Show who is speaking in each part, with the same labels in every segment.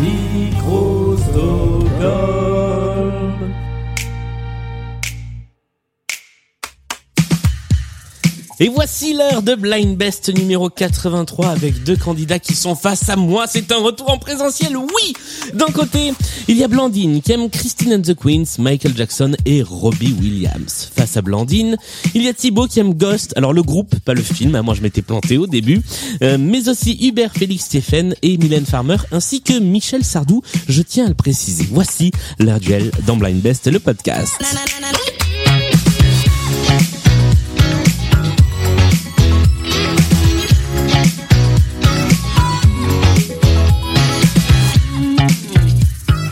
Speaker 1: Micro Stockholm. Et voici l'heure de Blind Best numéro 83 avec deux candidats qui sont face à moi. C'est un retour en présentiel, oui D'un côté, il y a Blandine qui aime Christine and the Queens, Michael Jackson et Robbie Williams. Face à Blandine, il y a Thibaut qui aime Ghost, alors le groupe, pas le film, hein, moi je m'étais planté au début, euh, mais aussi Hubert Félix Stéphane et Mylène Farmer, ainsi que Michel Sardou, je tiens à le préciser. Voici leur duel dans Blind Best, le podcast.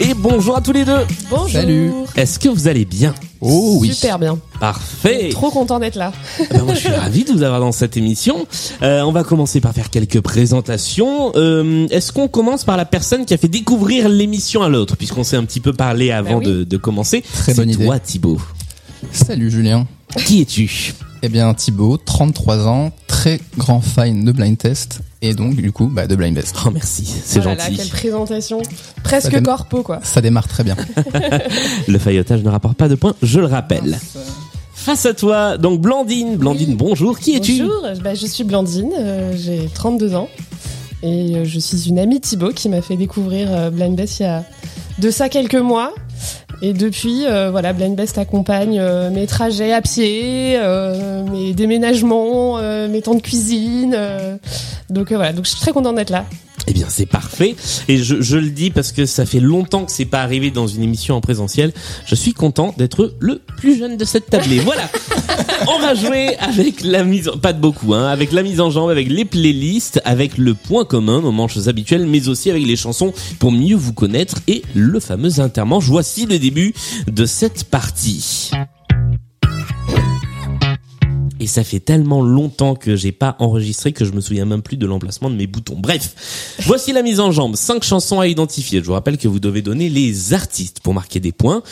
Speaker 1: Et bonjour à tous les deux
Speaker 2: Bonjour.
Speaker 3: Salut.
Speaker 1: Est-ce que vous allez bien
Speaker 3: Oh oui.
Speaker 2: Super bien.
Speaker 1: Parfait
Speaker 2: Trop content d'être là.
Speaker 1: Eh ben, moi, je suis ravi de vous avoir dans cette émission. Euh, on va commencer par faire quelques présentations. Euh, Est-ce qu'on commence par la personne qui a fait découvrir l'émission à l'autre, puisqu'on s'est un petit peu parlé avant
Speaker 2: Ben oui.
Speaker 1: de, de commencer
Speaker 3: Très bonne
Speaker 1: C'est
Speaker 3: idée.
Speaker 1: toi, Thibaut.
Speaker 3: Salut Julien.
Speaker 1: Qui es-tu
Speaker 3: Eh bien Thibaut, 33 ans, très grand fan de Blind Test et donc du coup bah, de Blind Best.
Speaker 1: Oh, merci, c'est
Speaker 2: Oh là là,
Speaker 1: gentil.
Speaker 2: quelle présentation.
Speaker 3: Ça
Speaker 2: Presque
Speaker 3: donne-
Speaker 2: corpo, quoi.
Speaker 3: Ça démarre très bien.
Speaker 1: Le faillotage ne rapporte pas de points, je le rappelle. Face à toi, donc Blandine. Blandine,
Speaker 2: Oui.
Speaker 1: bonjour. Qui es-tu
Speaker 2: Bonjour, bah, je suis Blandine, euh, j'ai 32 ans et euh, je suis une amie Thibaut qui m'a fait découvrir euh, Blind Best il y a de ça quelques mois. Et depuis, euh, voilà, Blind Best accompagne euh, mes trajets à pied, euh, mes déménagements, euh, mes temps de cuisine. euh, donc euh, voilà, donc je suis très contente d'être là.
Speaker 1: Eh bien, c'est parfait. Et je, je le dis parce que ça fait longtemps que c'est pas arrivé dans une émission en présentiel. Je suis content d'être le plus jeune de cette tablée. Voilà. On va jouer avec la mise, en- pas de beaucoup, hein, avec la mise en jambe, avec les playlists, avec le point commun, nos manches habituelles, mais aussi avec les chansons pour mieux vous connaître et le fameux intermanche. Voici le début de cette partie. Et ça fait tellement longtemps que j'ai pas enregistré que je me souviens même plus de l'emplacement de mes boutons. Bref, voici la mise en jambe. Cinq chansons à identifier. Je vous rappelle que vous devez donner les artistes pour marquer des points.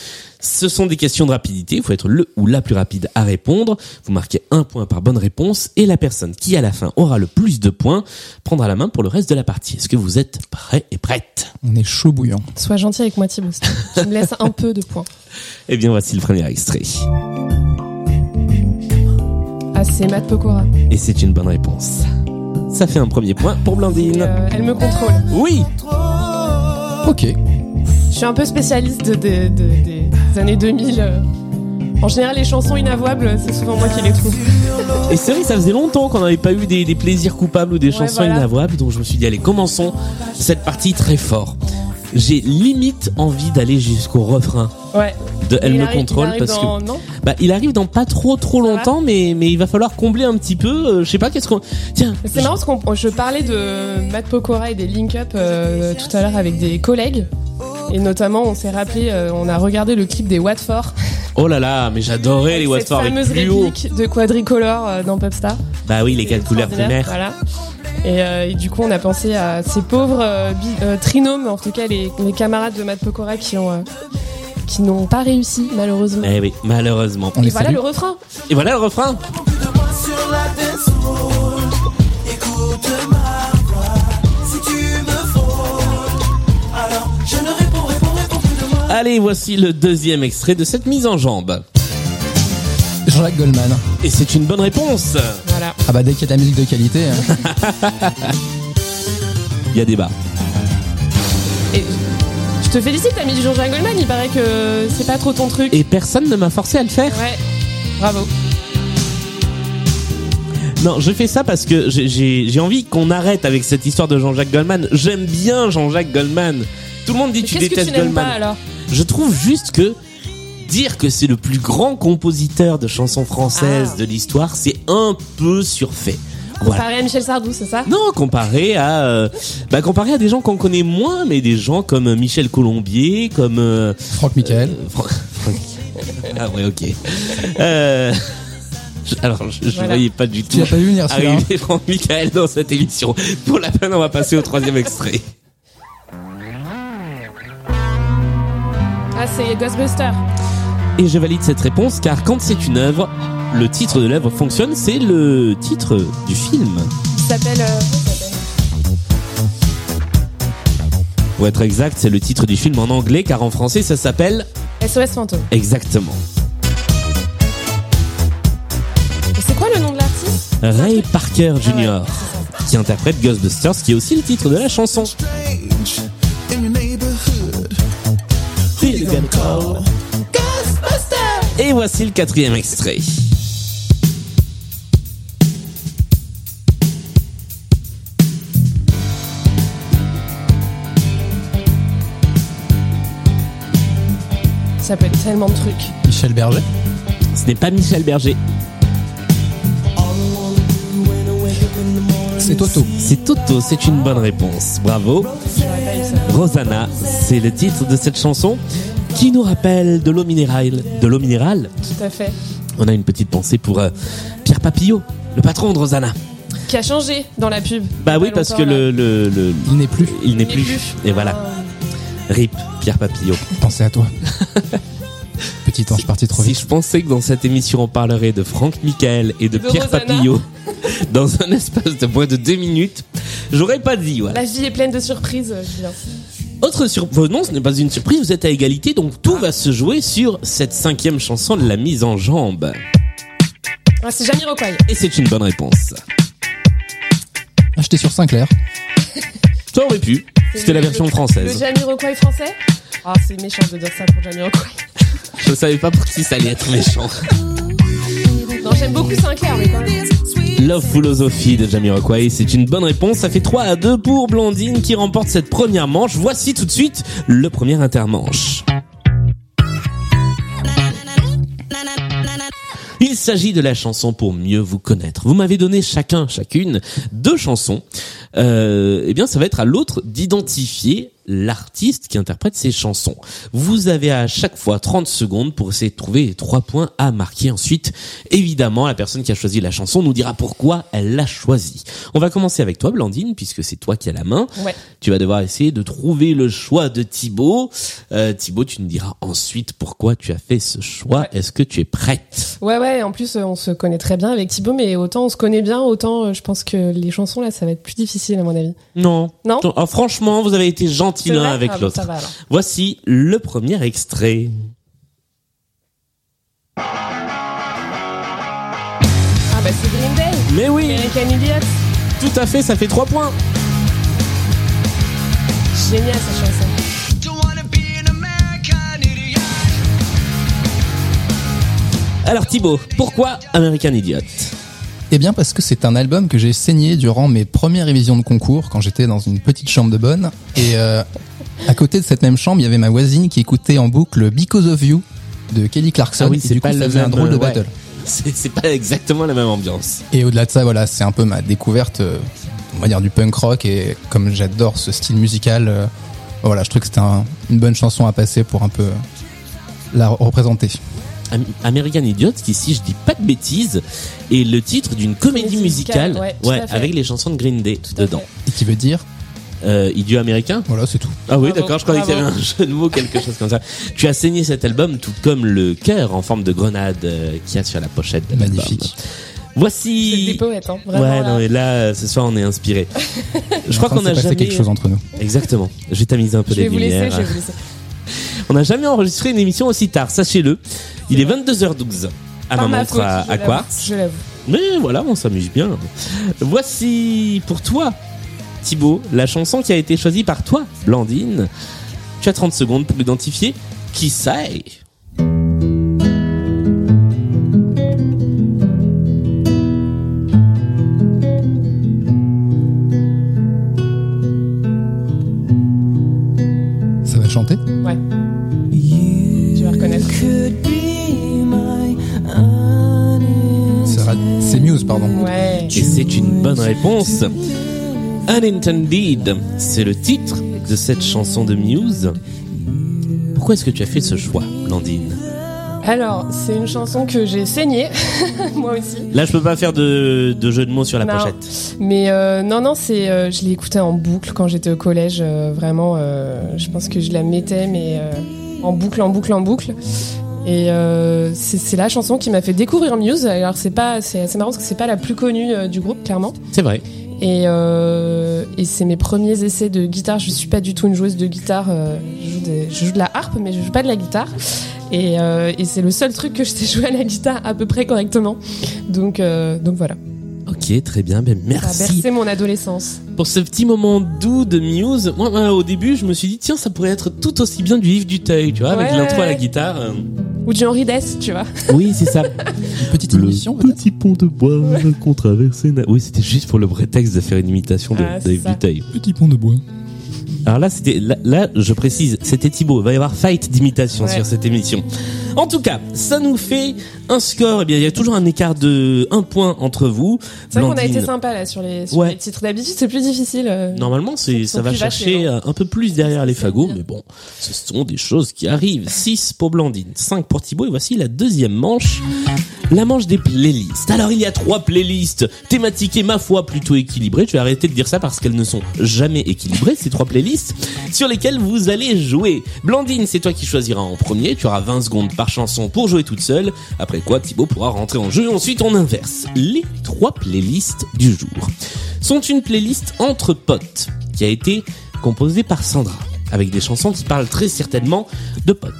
Speaker 1: Ce sont des questions de rapidité. Il faut être le ou la plus rapide à répondre. Vous marquez un point par bonne réponse et la personne qui à la fin aura le plus de points prendra la main pour le reste de la partie. Est-ce que vous êtes prêts et prêtes
Speaker 3: On est chaud bouillant.
Speaker 2: Sois gentil avec moi Thibaut, s'il te plaît. tu me laisses un peu de points.
Speaker 1: Eh bien, voici le premier extrait.
Speaker 2: Ah, c'est Matt Pokora.
Speaker 1: Et c'est une bonne réponse. Ça fait un premier point pour
Speaker 2: Et,
Speaker 1: Blandine.
Speaker 2: euh, elle me contrôle.
Speaker 1: Oui,
Speaker 3: Ok.
Speaker 2: Je suis un peu spécialiste de- de- de- des années 2000. euh. En général, les chansons inavouables, c'est souvent moi qui les trouve.
Speaker 1: Et c'est vrai que ça faisait longtemps qu'on n'avait pas eu des, des plaisirs coupables ou des
Speaker 2: Ouais,
Speaker 1: chansons
Speaker 2: voilà.
Speaker 1: inavouables, donc je me suis dit, allez, commençons cette partie très fort. J'ai limite envie d'aller jusqu'au refrain
Speaker 2: Ouais.
Speaker 1: de Elle
Speaker 2: Il
Speaker 1: me
Speaker 2: arrive- il
Speaker 1: contrôle
Speaker 2: arrive
Speaker 1: parce
Speaker 2: dans-
Speaker 1: que
Speaker 2: Non
Speaker 1: bah, il arrive dans pas trop trop
Speaker 2: Ça va
Speaker 1: longtemps, mais mais il va falloir combler un petit peu. euh, je sais pas qu'est-ce qu'on tiens.
Speaker 2: C'est marrant parce qu'on je parlais de Matt Pokora et des link-up euh, tout à l'heure avec des collègues. Et notamment, on s'est rappelé, euh, on a regardé le clip des Watford.
Speaker 1: Oh là là, mais j'adorais les
Speaker 2: Cette
Speaker 1: Watford avec
Speaker 2: fameuse
Speaker 1: plus haut.
Speaker 2: réplique de Quadricolor euh, dans Popstar.
Speaker 1: Bah oui, les quatre couleurs
Speaker 2: Extraordinaire,
Speaker 1: primaires.
Speaker 2: Voilà. Et, euh, et du coup, on a pensé à ces pauvres euh, bi- euh, trinômes, en tout cas les, les camarades de Matt Pokora qui ont euh, qui n'ont pas réussi malheureusement.
Speaker 1: Eh oui, malheureusement.
Speaker 3: On
Speaker 2: Et
Speaker 3: les
Speaker 2: voilà
Speaker 3: salue.
Speaker 2: le refrain.
Speaker 1: Et voilà le refrain. Allez, voici le deuxième extrait de cette mise en jambe.
Speaker 3: Jean-Jacques Goldman.
Speaker 1: Et c'est une bonne réponse.
Speaker 2: Voilà.
Speaker 3: Ah bah dès qu'il y a de la musique de qualité. hein.
Speaker 1: Il y a débat.
Speaker 2: Et je te félicite, ami Jean-Jacques Goldman. Il paraît que c'est pas trop ton truc.
Speaker 1: Et personne ne m'a forcé à le faire.
Speaker 2: Ouais. Bravo.
Speaker 1: Non, je fais ça parce que j'ai- j'ai j'ai envie qu'on arrête avec cette histoire de Jean-Jacques Goldman. J'aime bien Jean-Jacques Goldman. Tout le monde dit
Speaker 2: Mais
Speaker 1: tu
Speaker 2: Qu'est-ce que
Speaker 1: détestes
Speaker 2: tu n'aimes pas
Speaker 1: Goldman.
Speaker 2: alors
Speaker 1: Je trouve juste que dire que c'est le plus grand compositeur de chansons françaises
Speaker 2: Ah.
Speaker 1: de l'histoire, c'est un peu surfait. Voilà.
Speaker 2: Comparé à Michel Sardou, c'est ça
Speaker 1: Non, comparé à, euh, bah comparé à des gens qu'on connaît moins, mais des gens comme euh, Michel Colombier, comme euh,
Speaker 3: Franck Michael.
Speaker 1: euh, Fran- Franck- ah ouais, ok. Euh, je- alors, je, je
Speaker 2: Voilà.
Speaker 1: voyais pas du tout
Speaker 3: Tu l'as pas vu venir celui-là. hein
Speaker 1: arriver Franck Michael dans cette émission. Pour la peine, on va passer au troisième extrait.
Speaker 2: Ah, c'est Ghostbuster.
Speaker 1: Et je valide cette réponse car quand c'est une œuvre, le titre de l'œuvre fonctionne, c'est le titre du film.
Speaker 2: Il s'appelle. euh, comment il s'appelle
Speaker 1: Pour être exact, c'est le titre du film en anglais, car en français, ça s'appelle
Speaker 2: SOS Fantôme.
Speaker 1: exactement
Speaker 2: Et c'est quoi le nom de l'artiste
Speaker 1: Ray Parker
Speaker 2: Ah ouais,
Speaker 1: Jr.,
Speaker 2: c'est ça.
Speaker 1: qui interprète Ghostbusters, qui est aussi le titre de la chanson.
Speaker 4: strange in your neighborhood.
Speaker 1: Et voici le quatrième extrait.
Speaker 2: Ça peut être tellement de trucs.
Speaker 3: Michel Berger.
Speaker 1: Ce n'est pas Michel Berger,
Speaker 3: C'est Toto.
Speaker 1: c'est Toto, c'est une bonne réponse. Bravo.
Speaker 2: J'aurais pas eu ça.
Speaker 1: Rosanna, c'est le titre de cette chanson qui nous rappelle de l'eau minérale. De l'eau minérale,
Speaker 2: Tout à fait.
Speaker 1: on a une petite pensée pour euh, Pierre Papillot, le patron de Rosanna.
Speaker 2: Qui a changé dans la pub.
Speaker 1: Bah oui,
Speaker 2: Pas
Speaker 1: parce que
Speaker 2: longtemps, là.
Speaker 1: le, le- le-
Speaker 3: Il n'est plus.
Speaker 1: il n'est
Speaker 2: Il est
Speaker 1: plus. Et voilà,
Speaker 2: Ah.
Speaker 1: rip Pierre Papillot.
Speaker 3: Pensez à toi. Petit ange parti trop
Speaker 1: Si
Speaker 3: vite.
Speaker 1: je pensais que dans cette émission on parlerait de Franck Michael et de,
Speaker 2: De
Speaker 1: Pierre
Speaker 2: Rosanna.
Speaker 1: Papillot dans un espace de moins de deux minutes, j'aurais pas dit. Voilà.
Speaker 2: La vie est pleine de surprises, euh, bien.
Speaker 1: Autre surprise, non, ce n'est pas une surprise, vous êtes à égalité, donc tout va se jouer sur cette cinquième chanson de la mise en jambe.
Speaker 2: Ah, c'est Jamiroquai.
Speaker 1: Et c'est une bonne réponse.
Speaker 3: Acheté sur Sinclair.
Speaker 1: Ça aurait pu, c'était la
Speaker 2: le-
Speaker 1: version
Speaker 2: Le
Speaker 1: française.
Speaker 2: Jamiroquai français Ah, c'est méchant de dire ça pour Jamiroquai.
Speaker 1: Je savais pas pour qui ça allait être méchant.
Speaker 2: Non, j'aime beaucoup Sinclair, mais quand même.
Speaker 1: Love Philosophie de Jamiroquai, c'est une bonne réponse. Ça fait 3 à 2 pour Blondine qui remporte cette première manche. Voici tout de suite le premier intermanche. Il s'agit de la chanson pour mieux vous connaître. Vous m'avez donné chacun, chacune, deux chansons. Euh, eh bien, ça va être à l'autre d'identifier l'artiste qui interprète ces chansons. Vous avez à chaque fois 30 secondes pour essayer de trouver les trois points à marquer. Ensuite, évidemment, la personne qui a choisi la chanson nous dira pourquoi elle l'a choisie. On va commencer avec toi, Blandine, puisque c'est toi qui as la main.
Speaker 2: Ouais.
Speaker 1: Tu vas devoir essayer de trouver le choix de Thibaut. Euh, Thibaut, tu nous diras ensuite pourquoi tu as fait ce choix.
Speaker 2: Ouais.
Speaker 1: Est-ce que tu es prête
Speaker 2: Ouais, ouais, en plus, euh, on se connaît très bien avec Thibaut, mais autant on se connaît bien, autant euh, je pense que les chansons, là, ça va être plus difficile, à mon avis.
Speaker 1: Non.
Speaker 2: Non
Speaker 1: Ah, franchement, vous avez été gentil
Speaker 2: C'est
Speaker 1: l'un
Speaker 2: vrai
Speaker 1: avec
Speaker 2: Ah, bon,
Speaker 1: l'autre.
Speaker 2: Ça va, alors.
Speaker 1: Voici le premier extrait.
Speaker 2: Ah, bah, c'est Green Day.
Speaker 1: Mais oui,
Speaker 2: American Idiot.
Speaker 1: tout à fait, ça fait trois points.
Speaker 2: Génial, sa chanson.
Speaker 4: Don't wanna be an American idiot.
Speaker 1: Alors Thibaut, pourquoi American Idiot
Speaker 3: Eh bien parce que c'est un album que j'ai saigné durant mes premières révisions de concours quand j'étais dans une petite chambre de bonne. Et euh, à côté de cette même chambre, il y avait ma voisine qui écoutait en boucle Because of You de Kelly Clarkson.
Speaker 1: Ah oui,
Speaker 3: Et
Speaker 1: c'est
Speaker 3: du coup,
Speaker 1: pas
Speaker 3: ça
Speaker 1: le
Speaker 3: faisait un
Speaker 1: même,
Speaker 3: drôle de
Speaker 1: euh,
Speaker 3: battle.
Speaker 1: C'est c'est pas exactement la même ambiance.
Speaker 3: Et au-delà de ça, voilà, c'est un peu ma découverte, euh, on va dire, du punk rock. Et comme j'adore ce style musical, euh, voilà, je trouve que c'était un- une bonne chanson à passer pour un peu euh, la re- représenter.
Speaker 1: Am- American Idiot, qui si je dis pas de bêtises, est le titre d'une comédie
Speaker 2: Comédie musicale,
Speaker 1: musicale,
Speaker 2: ouais, tout à fait.
Speaker 1: avec les chansons de Green Day
Speaker 2: Tout à
Speaker 1: dedans.
Speaker 2: fait.
Speaker 3: Et qui veut dire,
Speaker 1: Euh, idiot américain
Speaker 3: voilà, c'est tout.
Speaker 1: Ah oui,
Speaker 2: Bravo,
Speaker 1: d'accord, je croyais qu'il y avait
Speaker 2: bravo.
Speaker 1: un jeu de mots, quelque chose comme ça. Tu as saigné cet album tout comme le cœur en forme de grenade euh, qu'il y a sur la pochette de l'album.
Speaker 3: Magnifique.
Speaker 1: Voici...
Speaker 2: C'est des poètes, hein. Vraiment.
Speaker 1: ouais,
Speaker 2: là.
Speaker 1: non, et là, ce soir, on est inspiré. je crois
Speaker 3: Enfin,
Speaker 1: qu'on a
Speaker 3: s'est passé
Speaker 1: jamais. euh,
Speaker 3: quelque chose hein. entre nous.
Speaker 1: Exactement. Je vais tamiser un peu
Speaker 2: je
Speaker 1: les
Speaker 2: vais vous laisser,
Speaker 1: lumières.
Speaker 2: je vais vous laisser.
Speaker 1: On n'a jamais enregistré une émission aussi tard, sachez-le. Il est 22h12 à ma Ah,
Speaker 2: Par
Speaker 1: bah, montre
Speaker 2: faute,
Speaker 1: à,
Speaker 2: je
Speaker 1: à
Speaker 2: l'avoue,
Speaker 1: Quartz.
Speaker 2: Je l'avoue.
Speaker 1: Mais voilà, on s'amuse bien. Voici pour toi, Thibaut, la chanson qui a été choisie par toi, Blandine. Tu as 30 secondes pour l'identifier. Qui sait
Speaker 3: Ça va chanter
Speaker 2: Ouais.
Speaker 5: Tu
Speaker 2: vas reconnaître.
Speaker 3: C'est ra- c'est Muse, pardon.
Speaker 2: Ouais.
Speaker 1: Et c'est une bonne réponse. Unintended, c'est le titre de cette chanson de Muse. Pourquoi est-ce que tu as fait ce choix, Blandine
Speaker 2: Alors, c'est une chanson que j'ai saignée, moi aussi.
Speaker 1: Là, je peux pas faire de, de jeu de mots sur la
Speaker 2: Non.
Speaker 1: pochette.
Speaker 2: Mais euh, non, non, c'est, euh, je l'ai écoutée en boucle quand j'étais au collège. euh, vraiment, euh, je pense que je la mettais, mais euh, en boucle, en boucle, en boucle. Et euh, c'est c'est la chanson qui m'a fait découvrir Muse. Alors c'est pas, c'est assez marrant parce que c'est pas la plus connue euh, du groupe, clairement.
Speaker 1: C'est vrai.
Speaker 2: Et, euh, et c'est mes premiers essais de guitare. Je suis pas du tout une joueuse de guitare. euh, Je joue, des- je joue de la harpe, mais je joue pas de la guitare. Et, euh, et c'est le seul truc que je sais jouer à la guitare à peu près correctement. Donc, euh, donc voilà.
Speaker 1: Ok, très bien. Ben,
Speaker 2: Ça a
Speaker 1: merci
Speaker 2: bercé mon adolescence.
Speaker 1: pour ce petit moment doux de Muse. Moi, moi, au début, je me suis dit, tiens, ça pourrait être tout aussi bien du Yves Duteuil, tu vois, avec
Speaker 2: Ouais.
Speaker 1: l'intro à la guitare. euh.
Speaker 2: Ou du Henri Dess, tu vois.
Speaker 1: Oui, c'est ça.
Speaker 3: Une petite
Speaker 1: Le
Speaker 3: émission, peut-être
Speaker 1: petit pont de bois qu'on traversait. na- Oui, c'était juste pour le prétexte de faire une imitation de
Speaker 2: Ah,
Speaker 1: de Yves
Speaker 2: ça.
Speaker 1: Duteuil.
Speaker 3: Petit pont de bois.
Speaker 1: Alors là, c'était là, là, je précise, c'était Thibaut. Il va y avoir fight d'imitation
Speaker 2: Ouais.
Speaker 1: sur cette émission. En tout cas, ça nous fait un score. Eh bien, il y a toujours un écart de un point entre vous.
Speaker 2: C'est vrai qu'on a
Speaker 1: Blandine.
Speaker 2: été sympa là sur les, sur
Speaker 1: Ouais.
Speaker 2: les titres. D'habitude, c'est plus difficile. euh.
Speaker 1: Normalement, c'est
Speaker 2: Ils sont
Speaker 1: ça va
Speaker 2: plus vaches, les
Speaker 1: chercher euh, un peu plus derrière les fagots, mais bon, ce sont des choses qui arrivent. 6 pour Blandine, 5 pour Thibaut, et voici la deuxième manche, la manche des playlists. Alors, il y a trois playlists thématiques et ma foi plutôt équilibrées. Je vais arrêter de dire ça parce qu'elles ne sont jamais équilibrées, ces trois playlists, sur lesquelles vous allez jouer. Blandine, c'est toi qui choisiras en premier, tu auras 20 secondes par chanson pour jouer toute seule, après quoi Thibaut pourra rentrer en jeu, ensuite on inverse. Les trois playlists du jour sont une playlist entre potes qui a été composée par Sandra avec des chansons qui parlent très certainement de potes.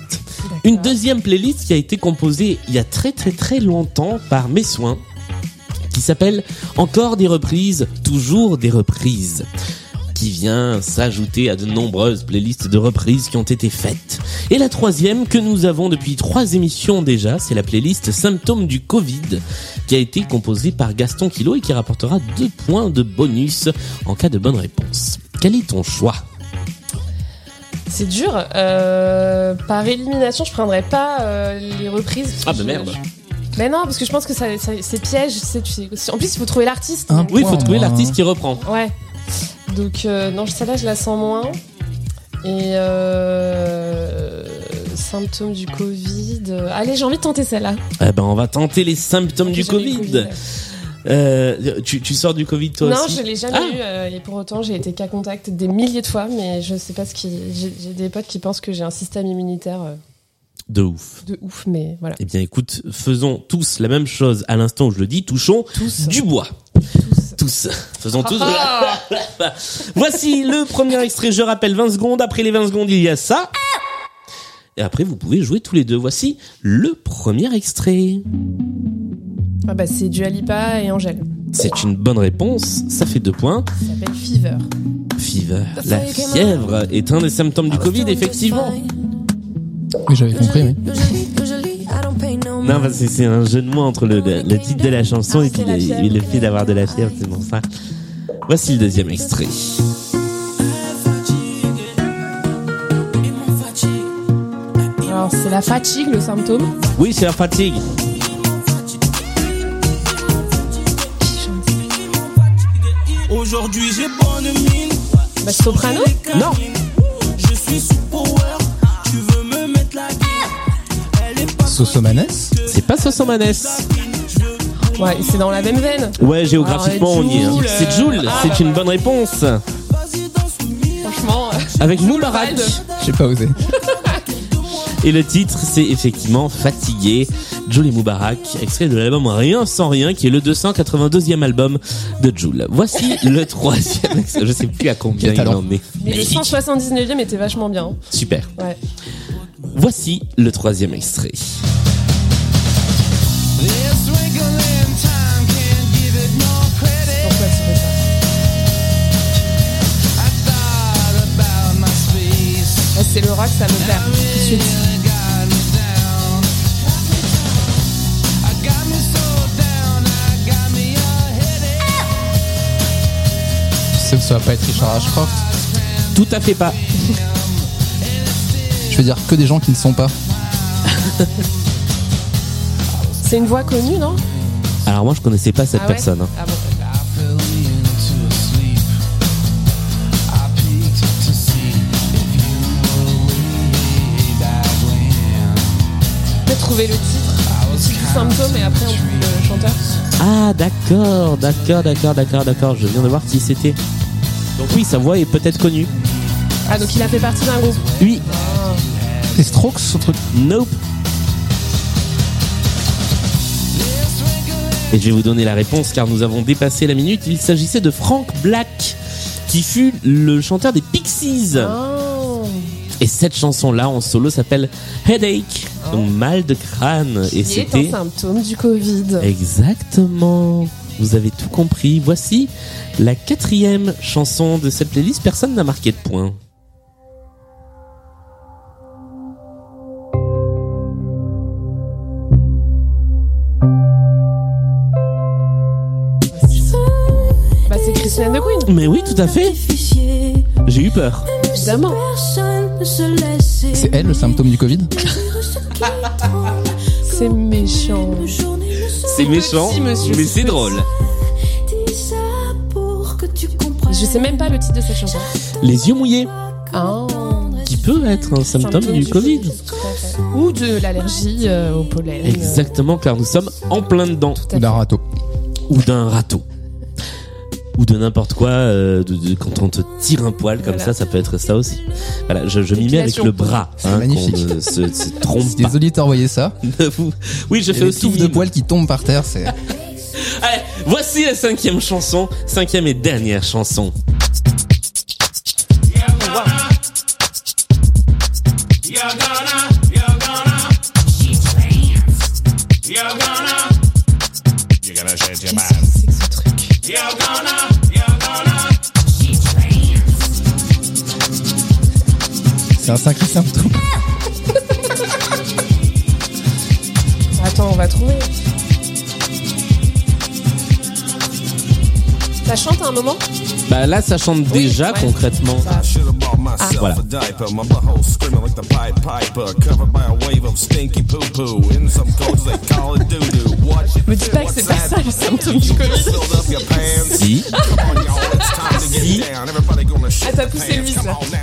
Speaker 1: Une deuxième playlist qui a été composée il y a très très très longtemps par Mes Soins qui s'appelle Encore des reprises, toujours des reprises qui vient s'ajouter à de nombreuses playlists de reprises qui ont été faites. Et la troisième que nous avons depuis trois émissions déjà, c'est la playlist Symptômes du Covid, qui a été composée par Gaston Kilo et qui rapportera deux points de bonus en cas de bonne réponse. Quel est ton choix
Speaker 2: C'est dur. Euh, par élimination, je prendrais pas euh, les reprises. parce que
Speaker 1: Ah bah
Speaker 2: je-
Speaker 1: merde.
Speaker 2: je- Mais non, parce que je pense que ça, ça- c'est piège. tu sais, tu sais. En plus, il faut trouver l'artiste.
Speaker 3: Hein,
Speaker 2: donc,
Speaker 1: Oui, il faut
Speaker 3: Point,
Speaker 1: trouver
Speaker 3: moi.
Speaker 1: l'artiste qui reprend.
Speaker 2: Ouais. Donc, euh, non, celle-là, je la sens moins. Et euh, symptômes du Covid. euh, Allez, j'ai envie de tenter celle-là.
Speaker 1: Eh ben, on va tenter les symptômes du
Speaker 2: J'ai jamais eu
Speaker 1: Covid.
Speaker 2: le Covid.
Speaker 1: Euh, tu, tu sors du Covid toi
Speaker 2: non,
Speaker 1: aussi
Speaker 2: je l'ai jamais
Speaker 1: Ah.
Speaker 2: eu euh, et pour autant j'ai été cas contact des milliers de fois, mais je sais pas ce qui. J'ai j'ai des potes qui pensent que j'ai un système immunitaire euh,
Speaker 1: De ouf.
Speaker 2: de ouf, mais voilà.
Speaker 1: Eh bien, écoute, faisons tous la même chose à l'instant où je le dis, touchons
Speaker 2: Tous.
Speaker 1: du bois.
Speaker 2: tous.
Speaker 1: Tous. Faisons tous.
Speaker 2: Ah
Speaker 1: Voici le premier extrait. Je rappelle 20 secondes. Après les 20 secondes, il y a ça. Et après, vous pouvez jouer tous les deux. Voici le premier extrait.
Speaker 2: Ah bah c'est du Alipa et Angèle.
Speaker 1: C'est une bonne réponse. Ça fait deux points.
Speaker 2: Ça s'appelle Fever.
Speaker 1: Fever. La fièvre est Ah, un des symptômes du Covid, effectivement.
Speaker 3: Oui, j'avais compris, oui.
Speaker 1: Non, parce que c'est un jeu de mots entre le, le-
Speaker 2: Ah
Speaker 1: le titre de la chanson et puis
Speaker 2: c'est la Ah
Speaker 1: le,
Speaker 2: fièvre.
Speaker 1: et le fait d'avoir de la fièvre, c'est pour ça. Voici le deuxième extrait.
Speaker 2: Alors c'est la fatigue le symptôme.
Speaker 1: Oui, c'est la fatigue.
Speaker 5: Aujourd'hui j'ai bonne mine,
Speaker 2: Bah soprano.
Speaker 1: Non,
Speaker 5: je suis sous power, tu veux me mettre la guerre, elle est pas
Speaker 3: Sosomanes
Speaker 1: c'est pas Sosomanes.
Speaker 2: Ouais, et c'est dans la même veine.
Speaker 1: Ouais, géographiquement,
Speaker 2: Alors,
Speaker 1: on y est. hein.
Speaker 2: Ah Joule,
Speaker 1: C'est Joule,
Speaker 2: euh, ah,
Speaker 1: c'est
Speaker 2: bah,
Speaker 1: une
Speaker 2: bah.
Speaker 1: bonne réponse.
Speaker 2: Franchement. euh,
Speaker 1: Avec Moubarak.
Speaker 2: Vibe.
Speaker 3: J'ai pas osé.
Speaker 1: Et le titre, c'est effectivement Fatigué, Joule et Moubarak, extrait de l'album Rien sans rien, qui est le 282e album de Joule. Voici le troisième extrait. Je sais plus à combien il
Speaker 3: Quel talent.
Speaker 1: en est.
Speaker 2: Mais le 179e était vachement bien. hein.
Speaker 1: Super.
Speaker 2: Ouais.
Speaker 1: Voici le troisième extrait.
Speaker 4: This wiggling time can't give it no credit.
Speaker 2: Pourquoi tu fais ça
Speaker 4: I thought about my space.
Speaker 2: Ah, C'est le rock, ça me perd. Tout de suite.
Speaker 4: Really got me down. I got me so down. I got me a headache.
Speaker 3: Je sais que ça va pas être Richard Ashcroft.
Speaker 1: Tout à fait pas.
Speaker 3: Je veux dire que des gens qui ne sont pas.
Speaker 2: C'est une voix connue, non
Speaker 1: Alors moi, je connaissais pas cette
Speaker 2: Ah ouais
Speaker 1: personne. hein.
Speaker 2: Ah bon.
Speaker 4: I fell into a sleep. I peeked to see if you were with me back when.
Speaker 2: Peut-être trouver le titre, c'est le symptôme et après on trouve le chanteur.
Speaker 1: Ah d'accord, d'accord, d'accord, d'accord, d'accord. Je viens de voir qui c'était. Donc oui, sa voix est peut-être connue.
Speaker 2: Ah donc il a fait partie d'un groupe.
Speaker 1: Oui.
Speaker 3: Les Strokes, son truc.
Speaker 1: Nope.
Speaker 4: This wiggling
Speaker 1: Et je vais vous donner la réponse car nous avons dépassé la minute. Il s'agissait de Frank Black qui fut le chanteur des Pixies.
Speaker 2: Oh.
Speaker 1: Et cette chanson-là en solo s'appelle Headache, donc mal de crâne. Et
Speaker 2: Ah. Qui est un
Speaker 1: c'était
Speaker 2: symptôme du Covid.
Speaker 1: exactement. Vous avez tout compris. Voici la quatrième chanson de cette playlist. Personne n'a marqué de point.
Speaker 2: Bah, c'est Christiane de Queen,
Speaker 1: Mais oui, tout à fait.
Speaker 6: Fichier,
Speaker 1: J'ai eu peur.
Speaker 2: évidemment.
Speaker 6: personne ne se laisse
Speaker 3: C'est elle le symptôme du Covid
Speaker 2: C'est méchant.
Speaker 1: C'est méchant,
Speaker 2: petit, monsieur,
Speaker 1: mais
Speaker 2: c'est
Speaker 1: c'est
Speaker 2: petit.
Speaker 1: drôle.
Speaker 2: Je sais même pas le titre de cette chanson.
Speaker 1: Les yeux mouillés,
Speaker 2: Ah.
Speaker 1: qui peut être un symptôme du Covid.
Speaker 2: Tout à fait. Ou de l'allergie euh, au pollen.
Speaker 1: Exactement, car nous sommes en plein dedans.
Speaker 2: Tout à
Speaker 3: ou d'un
Speaker 2: fait.
Speaker 3: râteau
Speaker 1: Ou d'un râteau. Ou de n'importe quoi, euh, de- de- quand on te tire un poil comme
Speaker 2: Voilà.
Speaker 1: ça, ça peut être ça aussi. Voilà, je, je m'y mets avec
Speaker 2: Épilation.
Speaker 1: le bras.
Speaker 3: C'est
Speaker 1: hein,
Speaker 3: magnifique.
Speaker 1: qu'on ne se, se trompe
Speaker 3: Si
Speaker 1: pas.
Speaker 3: des auditeurs voyaient ça,
Speaker 1: Ne vous- Oui, je
Speaker 3: il y
Speaker 1: fais
Speaker 3: a des
Speaker 1: aussi
Speaker 3: touffes de
Speaker 1: mime.
Speaker 3: poils qui tombent par terre, c'est
Speaker 1: Allez, Eh, voici la cinquième chanson, cinquième et dernière chanson.
Speaker 2: Qu'est-ce que c'est que ce truc
Speaker 3: c'est un sacré symptôme.
Speaker 2: Attends, on va trouver. Ça chante à un moment
Speaker 1: Bah là, ça chante déjà
Speaker 2: ouais.
Speaker 1: concrètement.
Speaker 5: Should've bought
Speaker 2: Ah,
Speaker 5: myself
Speaker 1: Voilà.
Speaker 5: a diaper. My butthole screaming like the Pied Piper, covered by a wave of stinky poo poo. In some cultures they call it doo doo. What you
Speaker 2: Me dis
Speaker 5: feel,
Speaker 2: pas que
Speaker 5: what's
Speaker 2: c'est pas ça
Speaker 5: that?
Speaker 2: le symptôme du Covid.
Speaker 5: Filled up your pants.
Speaker 1: Si.
Speaker 5: Come on, y'all, it's time to get down. Everybody gonna shake
Speaker 2: Ah, t'as
Speaker 5: their
Speaker 2: poussé lui,
Speaker 5: pants. Come
Speaker 2: ça.
Speaker 5: on now.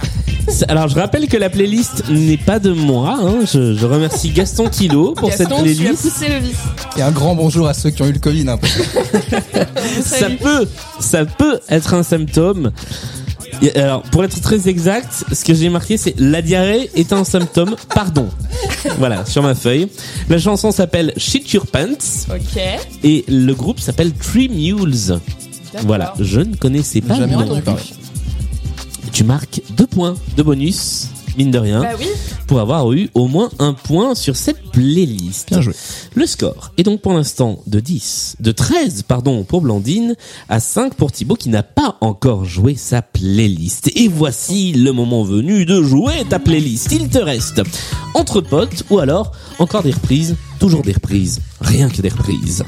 Speaker 1: C'est- Alors je rappelle que la playlist n'est pas de moi. hein. Je, je remercie Gaston Kilo pour cette
Speaker 2: Gaston, tu as
Speaker 1: playlist.
Speaker 2: poussé le vice.
Speaker 3: Et un grand bonjour à ceux qui ont eu le Covid. hein, parce que
Speaker 2: Vous
Speaker 1: Ça
Speaker 2: savez.
Speaker 1: peut, ça peut être un symptôme. Et Alors pour être très exact, ce que j'ai marqué c'est la diarrhée est un symptôme. Pardon. Voilà sur ma feuille. La chanson s'appelle Shit Your Pants
Speaker 2: Ok.
Speaker 1: et le groupe s'appelle Three Mules.
Speaker 2: D'accord.
Speaker 1: Voilà, je ne connaissais pas.
Speaker 3: jamais
Speaker 2: Ah,
Speaker 1: le nom.
Speaker 3: entendu parler.
Speaker 1: Tu marques deux points de bonus, mine de rien,
Speaker 2: Bah oui.
Speaker 1: pour avoir eu au moins un point sur cette playlist.
Speaker 3: Bien joué.
Speaker 1: Le score est donc pour l'instant de 10, de 13 pardon pour Blandine, à 5 pour Thibaut qui n'a pas encore joué sa playlist. Et voici le moment venu de jouer ta playlist. Il te reste entre potes ou alors encore des reprises, toujours des reprises, rien que des reprises.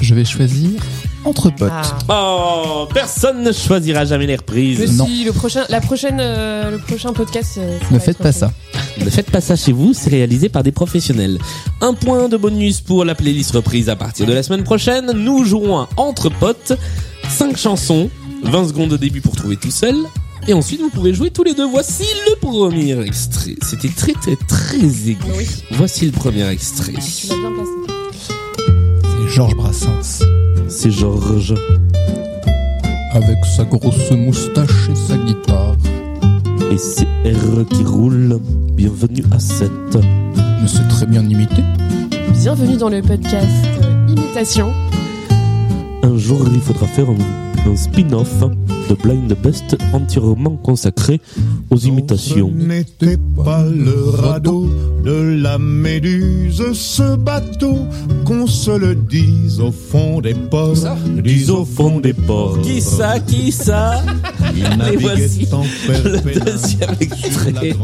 Speaker 3: Je vais choisir entre potes.
Speaker 2: Ah.
Speaker 1: Oh, personne ne choisira jamais les
Speaker 2: Mais
Speaker 1: reprises.
Speaker 3: non.
Speaker 2: si, le prochain, la prochaine, euh, le prochain podcast. euh, ça
Speaker 3: Ne
Speaker 2: va
Speaker 3: faites
Speaker 2: être
Speaker 3: pas
Speaker 2: un
Speaker 3: ça.
Speaker 1: Ne faites pas ça chez vous, c'est réalisé par des professionnels. Un point de bonus pour la playlist reprise à partir de la semaine prochaine. Nous jouerons à Entre Potes, 5 chansons, 20 secondes au début pour trouver tout seul. Et ensuite, vous pouvez jouer tous les deux. Voici le premier extrait. C'était très, très, très aigu. Voici le premier extrait.
Speaker 2: peu. Tu l'as bien placé.
Speaker 3: C'est Georges Brassens.
Speaker 1: C'est Georges.
Speaker 3: Avec sa grosse moustache et sa guitare.
Speaker 1: Et c'est R qui roule. Bienvenue à cette.
Speaker 3: Mais c'est très bien imité.
Speaker 2: Bienvenue dans le podcast euh, Imitation.
Speaker 1: Un jour, il faudra faire un, un spin-off de Blind Best entièrement consacré aux imitations.
Speaker 7: Ce n'était pas le radeau de la méduse, ce bateau, qu'on se le dise au fond des ports. Dise au fond des ports.
Speaker 1: Qui ça, qui ça
Speaker 7: Il
Speaker 1: Les voici.
Speaker 7: naviguait en
Speaker 1: Le
Speaker 7: perpénal sur
Speaker 1: deuxième
Speaker 7: la
Speaker 1: extrait
Speaker 7: grande
Speaker 1: de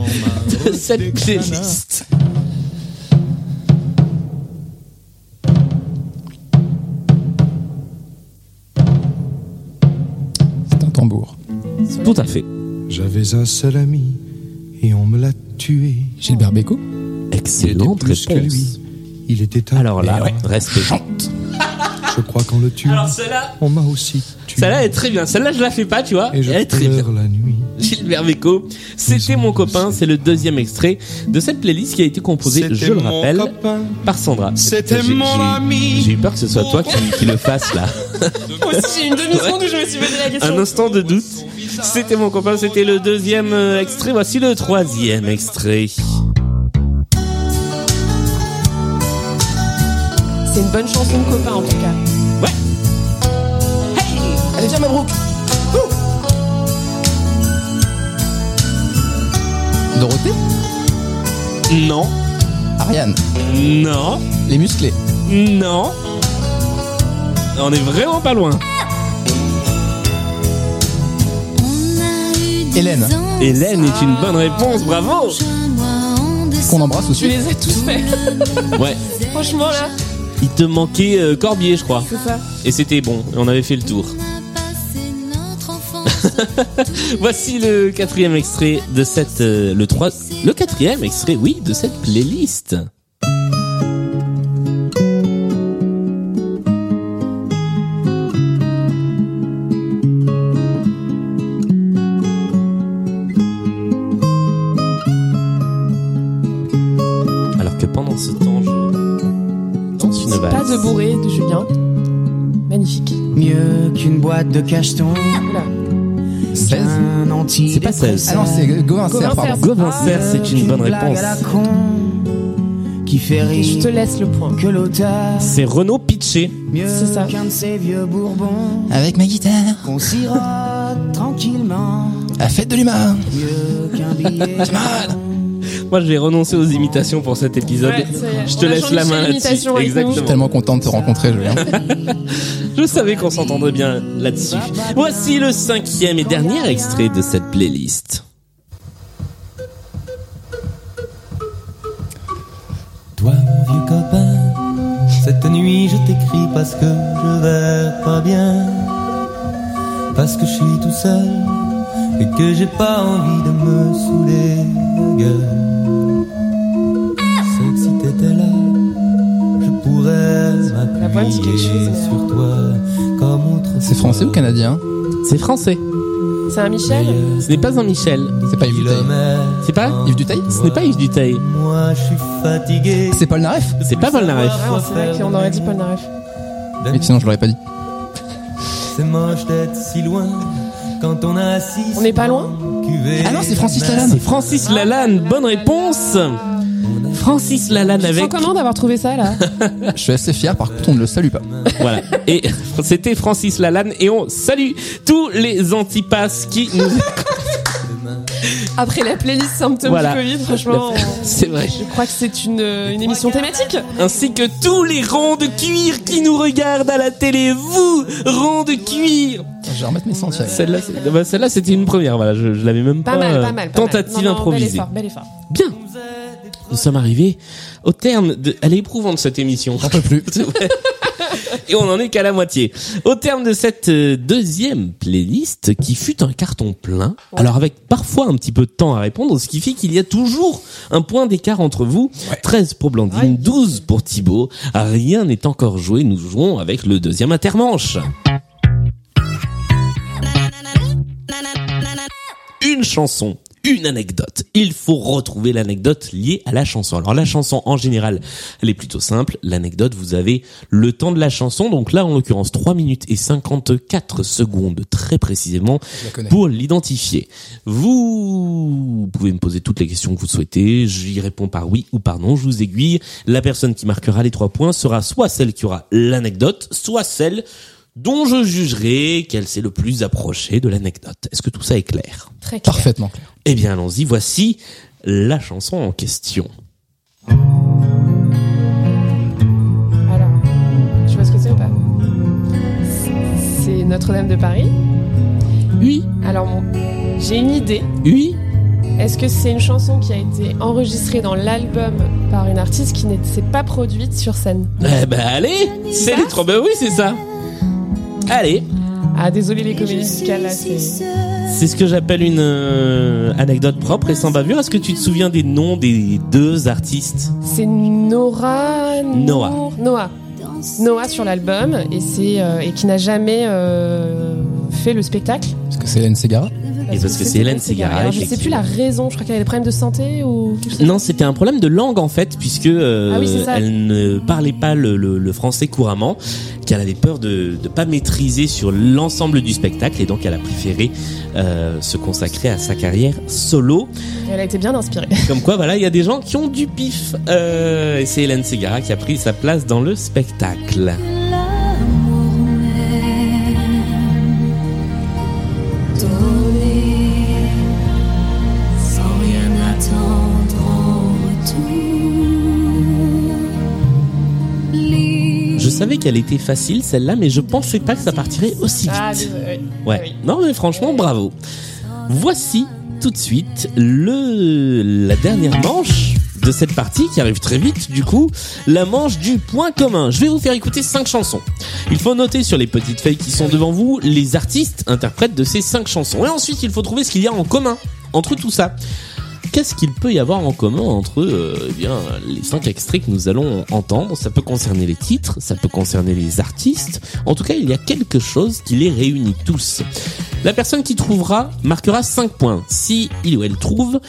Speaker 7: marée des
Speaker 1: cette
Speaker 7: Canards.
Speaker 1: playlist.
Speaker 3: C'est un tambour.
Speaker 1: Tout à fait.
Speaker 7: J'avais un seul ami et on me l'a tué.
Speaker 3: Gilbert Bécaud
Speaker 1: Excellente
Speaker 7: plus que
Speaker 1: réponse.
Speaker 7: lui. Il était un
Speaker 1: Alors là,
Speaker 7: père.
Speaker 1: ouais, respect.
Speaker 7: je crois qu'on le tue.
Speaker 1: celle-là,
Speaker 7: On m'a aussi tué.
Speaker 1: celle-là est très bien. Celle-là, je la fais pas, tu vois.
Speaker 7: Et je
Speaker 1: Elle est très bien.
Speaker 7: pleure la nuit.
Speaker 1: Gilbert Véco, c'était mon copain. C'est le deuxième extrait de cette playlist qui a été composée, je le rappelle, par Sandra.
Speaker 7: C'était
Speaker 1: J'ai-
Speaker 7: mon
Speaker 1: j'ai-
Speaker 7: ami.
Speaker 1: J'ai eu peur que ce soit toi qui, qui le fasse là.
Speaker 2: Aussi, j'ai une demi-seconde où je me suis posé la
Speaker 1: Un
Speaker 2: question.
Speaker 3: Ah
Speaker 1: instant de doute. C'était mon copain, c'était le deuxième euh, extrait. Voici le troisième extrait.
Speaker 2: C'est une bonne chanson de copain en tout cas.
Speaker 3: Allez, viens, Mabrouk Ouh Dorothée
Speaker 1: Non.
Speaker 3: Ariane
Speaker 1: Non.
Speaker 3: Les musclés
Speaker 1: Non. On est vraiment pas loin.
Speaker 3: Hélène.
Speaker 1: Hélène est une bonne réponse, bravo
Speaker 3: Qu'on embrasse
Speaker 2: Tu
Speaker 3: aussi
Speaker 2: les as tous faits.
Speaker 1: Ouais,
Speaker 2: Franchement, là,
Speaker 1: il te manquait euh, Corbier, je crois.
Speaker 2: c'est ça.
Speaker 1: Et c'était bon, on avait fait le tour. Voici le quatrième extrait de cette... euh, le trois... Le quatrième extrait, oui, de cette playlist. Alors que pendant ce temps, je danse une valse.
Speaker 2: Pas de bourré de Julien. Magnifique.
Speaker 8: Mieux qu'une boîte de cachetons,
Speaker 2: Ah,
Speaker 3: 16
Speaker 8: un anti.
Speaker 1: C'est pas celle-ci.
Speaker 3: Ah non, c'est Gauvin Serre, pardon.
Speaker 1: Gauvin Serre, c'est une bonne réponse.
Speaker 8: Qui fait
Speaker 2: Je te
Speaker 8: rire
Speaker 2: laisse le point.
Speaker 8: que l'auteur.
Speaker 1: C'est Renaud Pitché.
Speaker 8: Mieux
Speaker 2: C'est ça.
Speaker 8: qu'un de ces vieux bourbons
Speaker 3: Avec ma guitare,
Speaker 8: qu'on sirote tranquillement.
Speaker 3: la fête de l'humain
Speaker 8: Mieux qu'un billet.
Speaker 1: Moi, j'ai renoncé aux imitations pour cet épisode.
Speaker 2: Ouais, ça y est.
Speaker 1: je te
Speaker 2: On a
Speaker 1: laisse la
Speaker 2: Jean-Michel
Speaker 1: main là-dessus.
Speaker 2: Imitation avec nous.
Speaker 3: Je suis tellement content de te rencontrer, Julien.
Speaker 1: Je savais qu'on s'entendrait bien là-dessus. Voici le cinquième et dernier extrait de cette playlist.
Speaker 9: Toi mon vieux copain, cette nuit je t'écris parce que je vais pas bien, parce que je suis tout seul et que j'ai pas envie de me saouler la gueule. C'est que si t'étais là, je
Speaker 2: La
Speaker 9: pourrais
Speaker 2: pointe, c'est quelque
Speaker 9: m'appuyer
Speaker 2: chose,
Speaker 9: sur toi comme autrefois.
Speaker 3: C'est français ou canadien
Speaker 1: C'est français.
Speaker 2: C'est un Michel
Speaker 1: Ce n'est pas un Michel.
Speaker 3: C'est pas Yves Duteil.
Speaker 9: Kilomètres
Speaker 1: C'est pas
Speaker 9: en
Speaker 3: Yves Duteil
Speaker 1: Ce n'est pas Yves Duteil.
Speaker 9: Moi je suis fatigué.
Speaker 3: C'est Paul Naref
Speaker 1: C'est pas Polnareff.
Speaker 2: Ah non, c'est
Speaker 4: euh,
Speaker 2: vrai qu'on aurait dit Paul Naref.
Speaker 3: Et sinon, je l'aurais pas dit.
Speaker 9: C'est moche d'être si loin quand on a assis.
Speaker 2: On n'est pas loin
Speaker 3: Ah non, c'est Francis Lalanne
Speaker 1: C'est Francis Lalanne. Bonne réponse. Francis Lalanne
Speaker 2: Je me sens
Speaker 1: avec.
Speaker 2: comment d'avoir trouvé ça là
Speaker 3: Je suis assez fier, par contre, on ne le salue pas.
Speaker 1: Voilà. Et c'était Francis Lalanne. Et on salue tous les antipasses qui nous.
Speaker 2: Après la playlist symptômes
Speaker 1: Voilà.
Speaker 2: du Covid, franchement, on-
Speaker 1: C'est vrai.
Speaker 2: je crois que c'est une, euh, une émission thématique.
Speaker 1: ainsi que tous les ronds de cuir qui nous regardent à la télé. Vous, ronds de cuir
Speaker 3: Je vais remettre mes sentiers.
Speaker 1: Celle-là, c'est- bah, celle-là, c'était une première. Voilà, je, je l'avais même pas.
Speaker 2: Pas mal,
Speaker 1: euh,
Speaker 2: pas mal. pas mal.
Speaker 1: tentative
Speaker 2: Non, non,
Speaker 1: improvisée.
Speaker 2: Bel effort, bel effort.
Speaker 1: Bien. Nous sommes arrivés au terme de. Elle est éprouvante cette émission.
Speaker 3: J'en peux plus.
Speaker 1: Ouais. Et on en est qu'à la moitié. Au terme de cette euh, deuxième playlist qui fut un carton plein, alors avec parfois un petit peu de temps à répondre, ce qui fait qu'il y a toujours un point d'écart entre vous. 13 pour Blandine, 12 pour Thibaut. Rien n'est encore joué, nous jouons avec le deuxième intermanche. Une chanson. Une anecdote. Il faut retrouver l'anecdote liée à la chanson. Alors la chanson en général, elle est plutôt simple. L'anecdote, vous avez le temps de la chanson. Donc là, en l'occurrence, 3 minutes et 54 secondes très précisément
Speaker 3: Je la connais.
Speaker 1: pour l'identifier. Vous pouvez me poser toutes les questions que vous souhaitez. J'y réponds par oui ou par non. Je vous aiguille. La personne qui marquera les trois points sera soit celle qui aura l'anecdote, soit celle dont je jugerai qu'elle s'est le plus approchée de l'anecdote. Est-ce que tout ça est clair
Speaker 2: Très clair.
Speaker 3: Parfaitement clair.
Speaker 1: Eh bien, allons-y. Voici la chanson en question.
Speaker 2: Alors, je vois ce que c'est ou pas C'est Notre-Dame de Paris.
Speaker 1: Oui,
Speaker 2: Alors, mon- j'ai une idée.
Speaker 1: oui.
Speaker 2: Est-ce que c'est une chanson qui a été enregistrée dans l'album par une artiste qui ne s'est pas produite sur scène
Speaker 1: Eh ben, allez, c'est les trois. Ben oui, c'est ça. Allez,
Speaker 2: Ah, désolé les comédies musicales là, c'est.
Speaker 1: c'est ce que j'appelle une euh, anecdote propre et sans bavure. Est-ce que tu te souviens des noms des deux artistes
Speaker 2: C'est Nora.
Speaker 1: Noah.
Speaker 2: Nour- Noah. Noah sur l'album et c'est euh, et qui n'a jamais euh, fait le spectacle.
Speaker 3: Parce que c'est Hélène Segara
Speaker 1: parce que c'est Hélène Ségara,
Speaker 2: Alors, Je sais plus
Speaker 1: effectivement.
Speaker 2: la raison. Je crois qu'elle a des problèmes de santé ou.
Speaker 1: Non, c'était un problème de langue en fait, puisque euh,
Speaker 2: Ah oui, c'est ça.
Speaker 1: elle ne parlait pas le, le- le français couramment, qu'elle avait peur de ne pas maîtriser sur l'ensemble du spectacle, et donc elle a préféré euh, se consacrer à sa carrière solo.
Speaker 2: Elle a été bien inspirée.
Speaker 1: Comme quoi, voilà, il y a des gens qui ont du pif. Euh, et c'est Hélène Segara qui a pris sa place dans le spectacle.
Speaker 6: L'amour même
Speaker 1: qu'elle était facile celle-là, mais je pensais pas que ça partirait aussi
Speaker 2: Ah,
Speaker 1: vite.
Speaker 2: désolé.
Speaker 1: Ouais.
Speaker 2: Oui.
Speaker 1: Non mais franchement, bravo. Voici tout de suite le la dernière manche de cette partie qui arrive très vite du coup, la manche du point commun. Je vais vous faire écouter cinq chansons. Il faut noter sur les petites feuilles qui
Speaker 2: Ah
Speaker 1: sont devant vous les artistes interprètes de ces cinq chansons et ensuite il faut trouver ce qu'il y a en commun entre tout ça. Qu'est-ce qu'il peut y avoir en commun entre euh, eh bien, les cinq extraits que nous allons entendre Ça peut concerner les titres, ça peut concerner les artistes. En tout cas, il y a quelque chose qui les réunit tous. La personne qui trouvera marquera 5 points si il ou elle trouve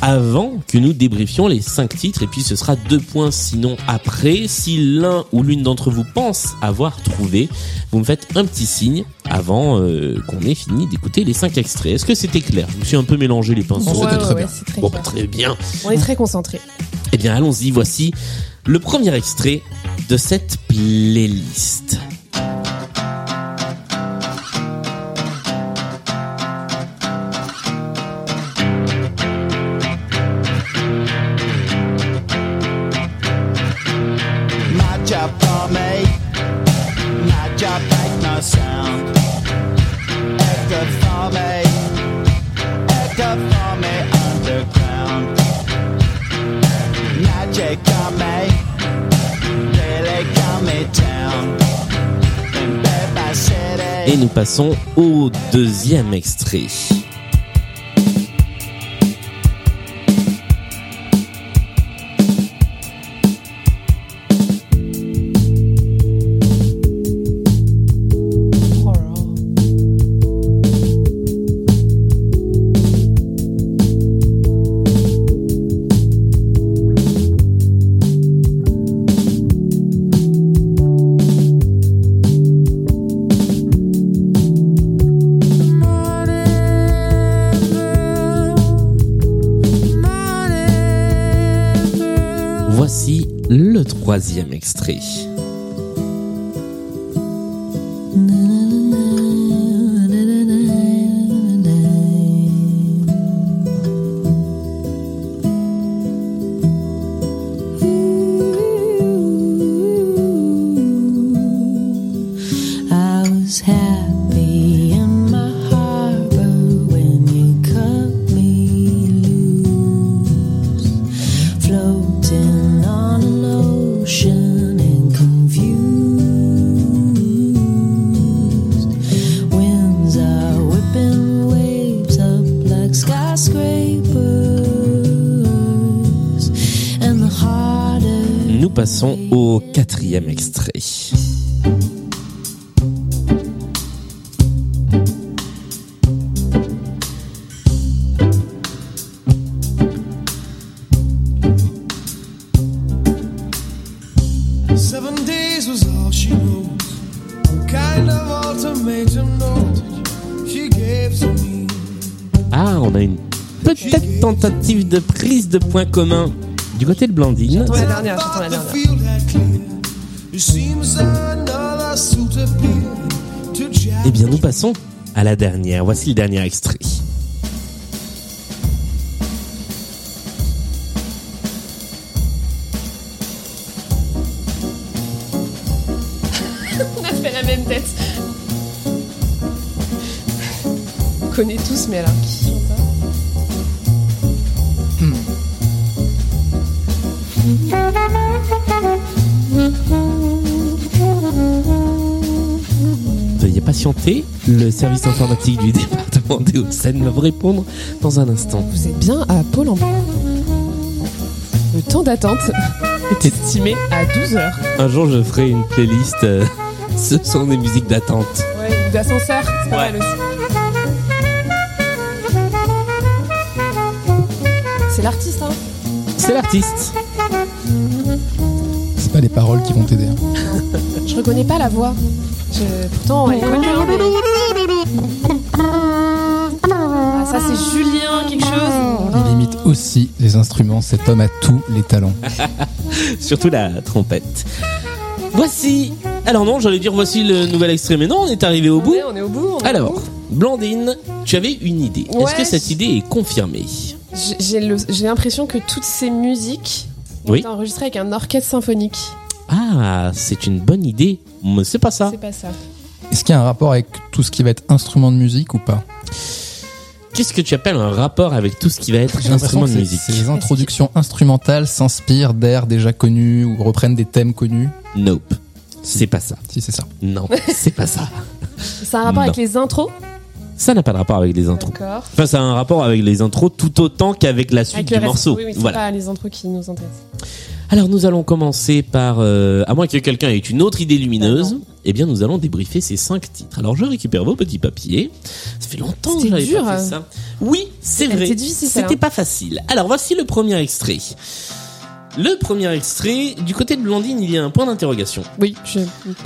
Speaker 1: avant que nous débriefions les 5 titres et puis ce sera 2 points sinon après. Si l'un ou l'une d'entre vous pense avoir trouvé, vous me faites un petit signe avant euh, qu'on ait fini d'écouter les 5 extraits. Est-ce que c'était clair Je me suis un peu mélangé les pinceaux.
Speaker 3: Bon,
Speaker 2: Ouais,
Speaker 3: c'était
Speaker 2: ouais,
Speaker 3: très
Speaker 2: ouais,
Speaker 3: bien.
Speaker 2: c'est très
Speaker 1: Bon, bah,
Speaker 2: clair.
Speaker 1: très bien.
Speaker 2: On est très concentrés.
Speaker 1: Eh bien, allons-y, voici le premier extrait de cette playlist.
Speaker 9: My job for me, my job make no sound. Echo for me, echo for me underground. Magic on me, really got me down. In bed by city.
Speaker 1: Et nous passons au deuxième extrait.
Speaker 2: Oh là là.
Speaker 1: Voici le troisième extrait.
Speaker 6: I was happy in my harbor when you cut me loose, floating on an ocean and confused. Winds are whipping waves up like skyscrapers, and the harder.
Speaker 1: Nous passons au quatrième extrait.
Speaker 4: Seven days was all she wrote. Kind of ultimatum note she gave to me.
Speaker 1: Ah, on a une peut-être tentative de prise de point commun du côté de Blandine.
Speaker 2: J'entends la
Speaker 4: I
Speaker 2: dernière, j'entends
Speaker 4: thought
Speaker 2: la
Speaker 4: the
Speaker 2: dernière.
Speaker 4: field had cleared. It seems another suit appeared to
Speaker 1: Eh bien, nous passons à la dernière. Voici le dernier extrait.
Speaker 2: On a fait la même tête. On connaît tous, mais alors qui chante ça
Speaker 1: Veuillez patienter. Le service informatique du département des Hauts-de-Seine va vous répondre dans un instant.
Speaker 2: Vous êtes bien à Pôle emploi. Le temps d'attente est estimé à 12 heures.
Speaker 1: Un jour, je ferai une playlist. euh, ce sont des musiques d'attente.
Speaker 2: Ouais, ou d'ascenseur, c'est pas
Speaker 1: Ouais.
Speaker 2: mal aussi. C'est l'artiste, hein
Speaker 1: C'est l'artiste.
Speaker 3: C'est pas les paroles qui vont t'aider. hein.
Speaker 2: Je reconnais pas la voix. Je- Pourtant, elle est connue, hein, mais- Ah, ça, c'est Julien, quelque chose.
Speaker 3: Il imite aussi les instruments. Cet homme a tous les talents.
Speaker 1: Surtout la trompette. Voici. Alors non, j'allais dire voici le nouvel extrait, mais non, on est arrivé au bout.
Speaker 2: Ouais, on est au bout. on est au bout.
Speaker 1: Alors, Blandine, tu avais une idée. Est-ce
Speaker 2: Ouais.
Speaker 1: que cette idée est confirmée
Speaker 2: J'ai- J'ai le- j'ai l'impression que toutes ces musiques ont
Speaker 1: Oui.
Speaker 2: été enregistrées avec un orchestre symphonique.
Speaker 1: Ah, c'est une bonne idée, mais c'est pas ça.
Speaker 2: C'est pas ça.
Speaker 3: Est-ce qu'il y a un rapport avec tout ce qui va être instrument de musique ou pas
Speaker 1: Qu'est-ce que tu appelles un rapport avec tout ce qui va être
Speaker 3: J'ai
Speaker 1: instrument
Speaker 3: l'impression que
Speaker 1: de
Speaker 3: c'est-
Speaker 1: musique
Speaker 3: Ces introductions instrumentales s'inspirent d'airs déjà connus ou reprennent des thèmes connus.
Speaker 1: Nope. C'est pas ça.
Speaker 3: Si c'est ça.
Speaker 1: Non, c'est pas ça.
Speaker 2: C'est un rapport avec
Speaker 1: Non.
Speaker 2: les intros
Speaker 1: Ça n'a pas de rapport avec les intros.
Speaker 2: D'accord.
Speaker 1: Enfin, ça a un rapport avec les intros tout autant qu'avec la suite
Speaker 2: Avec
Speaker 1: du
Speaker 2: le reste.
Speaker 1: morceau.
Speaker 2: Oui, oui, c'est
Speaker 1: voilà.
Speaker 2: pas les intros qui nous intéressent.
Speaker 1: Alors nous allons commencer par, euh, à moins que quelqu'un ait une autre idée lumineuse, eh bien nous allons débriefer ces cinq titres. Alors je récupère vos petits papiers. Ça fait longtemps que
Speaker 2: C'était
Speaker 1: j'avais
Speaker 2: dur,
Speaker 1: pas fait
Speaker 2: hein.
Speaker 1: ça. Oui, c'est
Speaker 2: Elle
Speaker 1: vrai.
Speaker 2: était difficile, hein.
Speaker 1: C'était
Speaker 2: celle-là.
Speaker 1: pas facile. Alors voici le premier extrait. Le premier extrait, du côté de Blondine, il y a un point d'interrogation.
Speaker 2: Oui, je...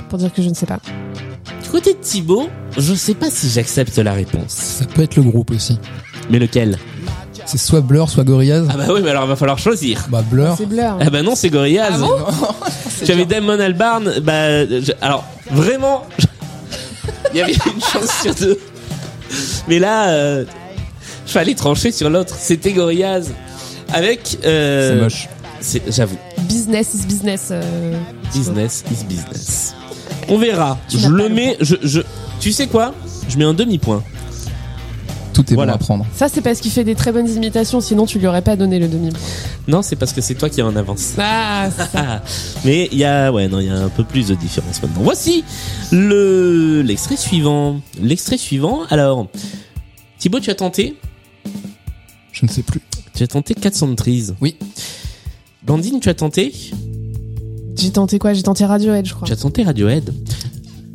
Speaker 2: pour dire que je ne sais pas.
Speaker 1: Du côté de Thibaut, je sais pas si j'accepte la réponse.
Speaker 3: Ça peut être le groupe aussi.
Speaker 1: Mais lequel
Speaker 3: C'est soit Blur, soit Gorillaz.
Speaker 1: Ah bah oui, mais alors il va falloir choisir.
Speaker 3: Bah Blur.
Speaker 2: C'est Blur.
Speaker 1: Ah bah non, c'est Gorillaz. tu avais Damon Albarn. Bah, euh, je- alors vraiment, je- il y avait une chance sur deux. Mais là, euh, fallait trancher sur l'autre. C'était Gorillaz. Avec. euh,
Speaker 3: C'est moche.
Speaker 1: c'est- J'avoue.
Speaker 2: Euh, Business is business. euh,
Speaker 1: Business is business. On verra. je
Speaker 2: n'as
Speaker 1: le
Speaker 2: pas le
Speaker 1: mets. Je, je- Tu sais quoi Je mets un demi-point.
Speaker 3: Tout est
Speaker 1: Voilà.
Speaker 3: bon à prendre.
Speaker 2: Ça, c'est parce qu'il fait des très bonnes imitations, sinon tu lui aurais pas donné le demi.
Speaker 1: Non, c'est parce que c'est toi qui as en avance.
Speaker 2: Ah,
Speaker 1: Ah, mais il y a ouais non il y a un peu plus de différence maintenant. Voici le l'extrait suivant. L'extrait suivant. Alors Thibaut, tu as tenté
Speaker 3: Je ne sais plus.
Speaker 1: Tu as tenté 413.
Speaker 3: Oui.
Speaker 1: Blandine, tu as tenté
Speaker 2: j'ai tenté quoi J'ai tenté Radiohead, je crois.
Speaker 1: Tu as tenté Radiohead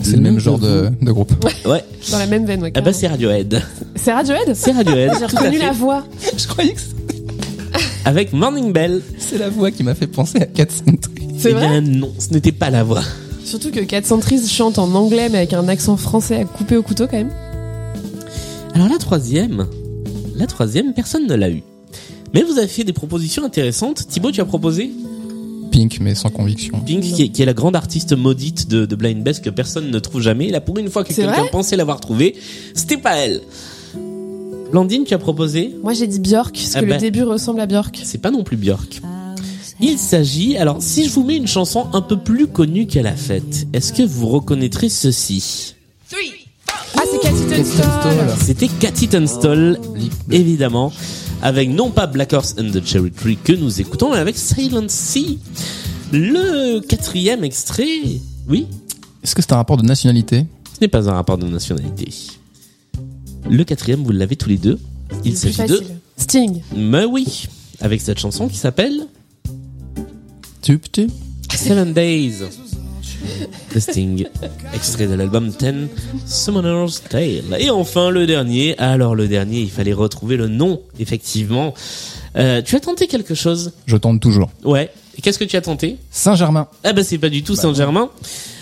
Speaker 3: C'est le même genre de, de groupe.
Speaker 1: Ouais.
Speaker 2: Dans la même veine, ouais.
Speaker 1: Ah bah
Speaker 2: carrément.
Speaker 1: c'est Radiohead.
Speaker 2: c'est Radiohead
Speaker 1: C'est Radiohead.
Speaker 2: J'ai
Speaker 1: tout à
Speaker 2: reconnu
Speaker 1: fait.
Speaker 2: la voix.
Speaker 3: Je croyais que c'est-
Speaker 1: Avec Morning Bell.
Speaker 3: c'est la voix qui m'a fait penser à 400
Speaker 1: eh
Speaker 2: C'est
Speaker 1: bien
Speaker 2: vrai
Speaker 1: non, ce n'était pas la voix.
Speaker 2: Surtout que 413 chante en anglais, mais avec un accent français à couper au couteau quand même.
Speaker 1: Alors la troisième, la troisième, personne ne l'a eu. Mais vous avez fait des propositions intéressantes. Thibaut, tu as proposé
Speaker 3: Pink, mais sans conviction.
Speaker 1: Pink, qui est, qui est la grande artiste maudite de, de Blind Best que personne ne trouve jamais. Là, pour une fois que
Speaker 2: C'est
Speaker 1: quelqu'un
Speaker 2: vrai
Speaker 1: pensait l'avoir trouvée, c'était pas elle. Blandine, tu as proposé
Speaker 2: Moi, j'ai dit Björk, parce que
Speaker 1: Ah bah.
Speaker 2: le début ressemble à Björk.
Speaker 1: C'est pas non plus Björk. Il s'agit, alors si je vous mets une chanson un peu plus connue qu'elle a faite, est-ce que vous reconnaîtrez ceci
Speaker 2: Ah, c'est Cathy Tunstall
Speaker 1: C'était Cathy Tunstall, évidemment, avec non pas Black Horse and the Cherry Tree que nous écoutons, mais avec Silent Sea. Le quatrième extrait, oui,
Speaker 3: Est-ce que c'est un rapport de nationalité
Speaker 1: Ce n'est pas un rapport de nationalité. Le quatrième, vous l'avez tous les deux. Il
Speaker 2: C'est plus
Speaker 1: s'agit de.
Speaker 2: facile. Sting.
Speaker 1: Mais oui, avec cette chanson qui s'appelle
Speaker 3: Tup tup.
Speaker 1: Seven Days. The Sting, extrait de l'album Ten Summoner's Tale. Et enfin le dernier. Alors le dernier, il fallait retrouver le nom, effectivement. Euh, tu as tenté quelque chose
Speaker 3: Je tente toujours.
Speaker 1: Ouais. Et Qu'est-ce que tu as tenté
Speaker 3: Saint-Germain.
Speaker 1: Ah bah c'est pas du tout Saint-Germain.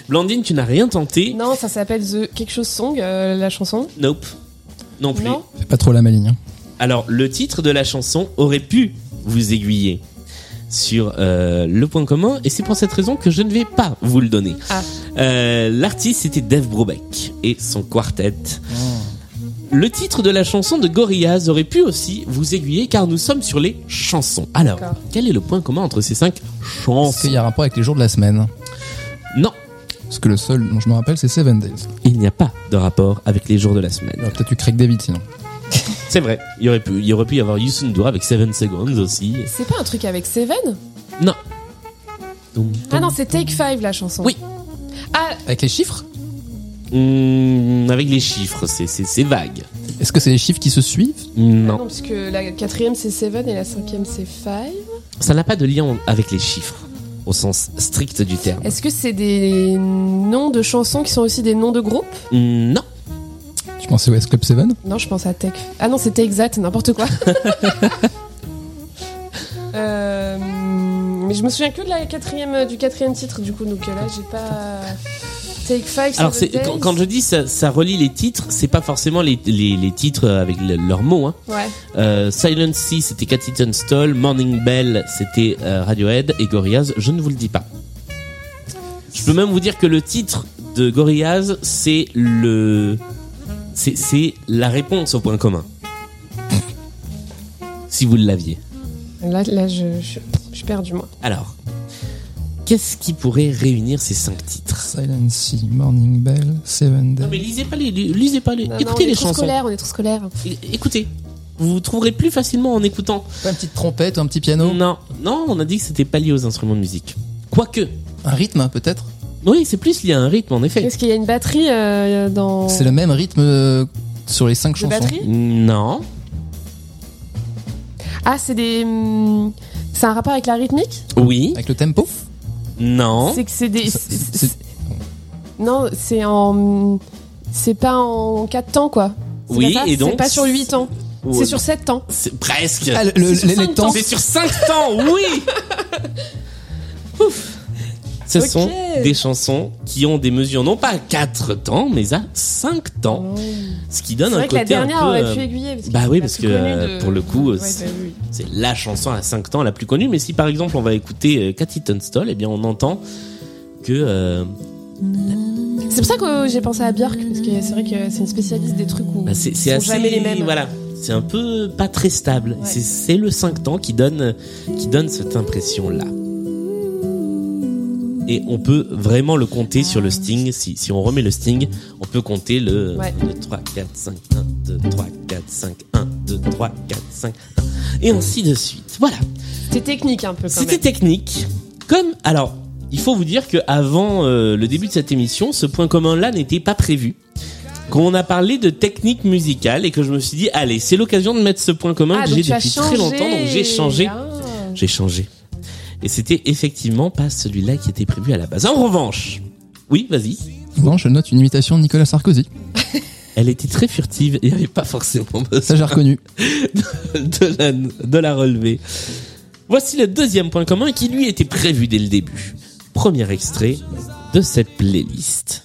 Speaker 1: Blandine, tu n'as rien tenté.
Speaker 2: Non, ça s'appelle The quelque chose song, euh, la chanson.
Speaker 1: Nope. Non plus.
Speaker 2: Non
Speaker 3: Fais pas trop la maligne. hein.
Speaker 1: Alors, le titre de la chanson aurait pu vous aiguiller sur euh, le point commun, et c'est pour cette raison que je ne vais pas vous le donner.
Speaker 2: Ah.
Speaker 1: Euh, L'artiste était Dave Brobeck et son quartet.
Speaker 2: Ah.
Speaker 1: Le titre de la chanson de Gorillaz aurait pu aussi vous aiguiller car nous sommes sur les chansons. Alors,
Speaker 2: D'accord.
Speaker 1: quel est le point commun entre ces cinq
Speaker 3: Est-ce qu'il
Speaker 1: chansons
Speaker 3: y a un rapport avec les jours de la semaine
Speaker 1: Non,
Speaker 3: Parce que le seul dont je me rappelle, c'est Seven Days.
Speaker 1: il n'y a pas de rapport avec les jours de la
Speaker 3: Il
Speaker 1: semaine.
Speaker 3: aurait peut-être eu Craig David sinon.
Speaker 1: C'est vrai, il y aurait pu, il y aurait pu y avoir Yusundura avec Seven Seconds aussi.
Speaker 2: C'est pas un truc avec Seven
Speaker 1: Non. Dum,
Speaker 2: Ah
Speaker 1: dum,
Speaker 2: non, c'est Take Five la chanson.
Speaker 1: Oui.
Speaker 2: Ah,
Speaker 3: Avec les chiffres
Speaker 1: Mmh, avec les chiffres, c'est, c'est, c'est vague.
Speaker 3: Est-ce que c'est les chiffres qui se suivent
Speaker 1: Non,
Speaker 2: non. parce que la quatrième c'est Seven et la cinquième c'est Five.
Speaker 1: ça n'a pas de lien avec les chiffres, au sens strict du terme.
Speaker 2: Est-ce que c'est des noms de chansons qui sont aussi des noms de groupes
Speaker 1: Mmh, Non,
Speaker 3: Tu pensais au S Club Seven
Speaker 2: Non, je pense à Take. Ah non, c'est Take That, n'importe quoi. Euh, mais je me souviens que de la quatrième, du quatrième titre du coup, donc euh, là j'ai pas. Take Five.
Speaker 1: alors c'est,
Speaker 2: Seven
Speaker 1: quand,
Speaker 2: Days.
Speaker 1: quand je dis ça, ça relie les titres, c'est pas forcément les, les, les titres avec le- leurs mots. Hein.
Speaker 2: Ouais.
Speaker 1: Euh, Silent Sea, c'était Cathy Tunstall, Morning Bell, c'était euh, Radiohead, et Gorillaz, je ne vous le dis pas. Je peux même vous dire que le titre de Gorillaz, c'est le... C'est, c'est la réponse au point commun. si vous l'aviez.
Speaker 2: Là, là je, je, je suis perdu moi.
Speaker 1: Alors, Qu'est-ce qui pourrait réunir ces cinq titres
Speaker 3: Silent Sea, Morning Bell, Seven Days.
Speaker 1: Non mais lisez pas les, lisez pas les,
Speaker 10: Non, non,
Speaker 1: écoutez
Speaker 10: on est
Speaker 1: les
Speaker 10: trop
Speaker 1: chansons.
Speaker 10: scolaire, on est trop scolaire.
Speaker 1: É- Écoutez, vous vous trouverez plus facilement en écoutant.
Speaker 3: Pas une petite trompette ou un petit piano
Speaker 1: Non, non, on a dit que c'était pas lié aux instruments de musique. Quoique,
Speaker 3: Un rythme, hein, peut-être
Speaker 1: oui, c'est plus lié à un rythme en effet.
Speaker 10: Est-ce qu'il y a une batterie euh, dans.
Speaker 3: C'est le même rythme euh, sur les cinq
Speaker 10: de
Speaker 3: chansons.
Speaker 10: batterie
Speaker 1: Non,
Speaker 10: Ah, c'est des. hum, C'est un rapport avec la rythmique
Speaker 1: oui,
Speaker 3: Avec le tempo
Speaker 1: non.
Speaker 10: C'est que c'est des.
Speaker 3: Ça,
Speaker 10: c'est-
Speaker 3: c'est-
Speaker 10: c'est- Non, c'est en. C'est pas en 4 temps, quoi. C'est
Speaker 1: Oui,
Speaker 10: pas ça,
Speaker 1: et donc-
Speaker 10: C'est pas sur 8 ans.
Speaker 1: Ouais.
Speaker 10: C'est sur 7 temps.
Speaker 1: C'est presque.
Speaker 3: Ah, le- le-
Speaker 10: sur
Speaker 3: les, les
Speaker 10: cinq
Speaker 3: temps.
Speaker 1: C'est sur 5 temps, oui Ouf. Ce
Speaker 10: Ok.
Speaker 1: sont des chansons qui ont des mesures non pas à 4 temps, mais à 5 temps. Ce qui
Speaker 10: C'est
Speaker 1: donne un
Speaker 10: vrai que
Speaker 1: côté
Speaker 10: la dernière
Speaker 1: un peu,
Speaker 10: aurait pu
Speaker 1: euh,
Speaker 10: aiguiller. parce que
Speaker 1: bah
Speaker 10: c'est
Speaker 1: oui,
Speaker 10: la
Speaker 1: parce
Speaker 10: plus
Speaker 1: que,
Speaker 10: connue
Speaker 1: euh,
Speaker 10: de-
Speaker 1: pour le coup,
Speaker 10: Ouais,
Speaker 1: c'est-
Speaker 10: bah oui.
Speaker 1: C'est la chanson à 5 temps la plus connue, mais si par exemple on va écouter euh, Cathy Tunstall, eh bien on entend que... euh,
Speaker 10: C'est pour ça que j'ai pensé à Björk, parce que c'est vrai que c'est une spécialiste des trucs où
Speaker 1: bah, c'est
Speaker 10: ils
Speaker 1: c'est
Speaker 10: sont
Speaker 1: assez...
Speaker 10: jamais les mêmes.
Speaker 1: Voilà, c'est un peu pas très stable. C'est- C'est le 5 temps qui donne, qui donne cette impression-là. Et on peut vraiment le compter sur le sting. Si, si on remet le sting, on peut compter le
Speaker 10: Ah. Ouais.
Speaker 1: 1, 2, 3, 4, 5, 1, 2, 3, 4, 5, 1, 2, 3, 4, 5, 1. Et ainsi de suite. Voilà.
Speaker 10: C'était technique un peu quand
Speaker 1: C'était
Speaker 10: même.
Speaker 1: technique. Comme alors, il faut vous dire que avant euh, le début de cette émission, ce point commun là n'était pas prévu. Qu'on a parlé de technique musicale et que je me suis dit allez, c'est l'occasion de mettre ce point commun
Speaker 10: Ah,
Speaker 1: que
Speaker 10: donc
Speaker 1: j'ai
Speaker 10: tu as
Speaker 1: depuis
Speaker 10: changé.
Speaker 1: très longtemps donc j'ai changé,
Speaker 10: Ah.
Speaker 1: j'ai changé. Et c'était effectivement pas celui-là qui était prévu à la base. En revanche, oui, vas-y.
Speaker 3: Non, je note une imitation de Nicolas Sarkozy.
Speaker 1: Elle était très furtive et il n'y avait pas forcément besoin
Speaker 3: Ça, j'ai reconnu.
Speaker 1: de la, de la relever. Voici le deuxième point commun qui lui était prévu dès le début. Premier extrait de cette playlist.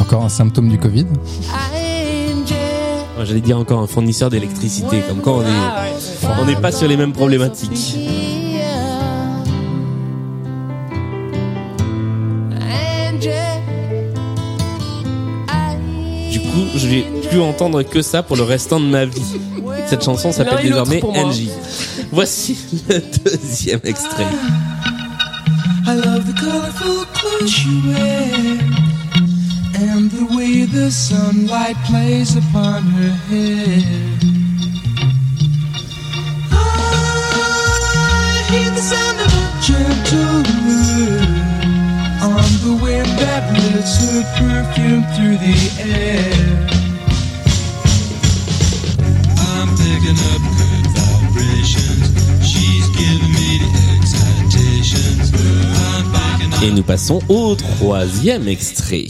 Speaker 3: Encore un symptôme du Covid.
Speaker 1: Moi, Ah, J'allais dire encore un fournisseur d'électricité, comme quand on
Speaker 10: Ah,
Speaker 1: est, on n'est pas sur les mêmes problématiques. Du coup, je vais plus entendre que ça pour le restant de ma vie. Cette chanson s'appelle
Speaker 10: L'un et l'autre
Speaker 1: désormais
Speaker 10: pour moi.
Speaker 1: NJ. Voici le deuxième extrait.
Speaker 4: I love the colorful clothes you wear and the way the sunlight plays upon her hair. I hear the sound of a gentle wind on the wind that lifts her perfume through the air. I'm picking up good vibrations. She's giving me the excitations. I'm picking
Speaker 1: Et nous passons au troisième extrait.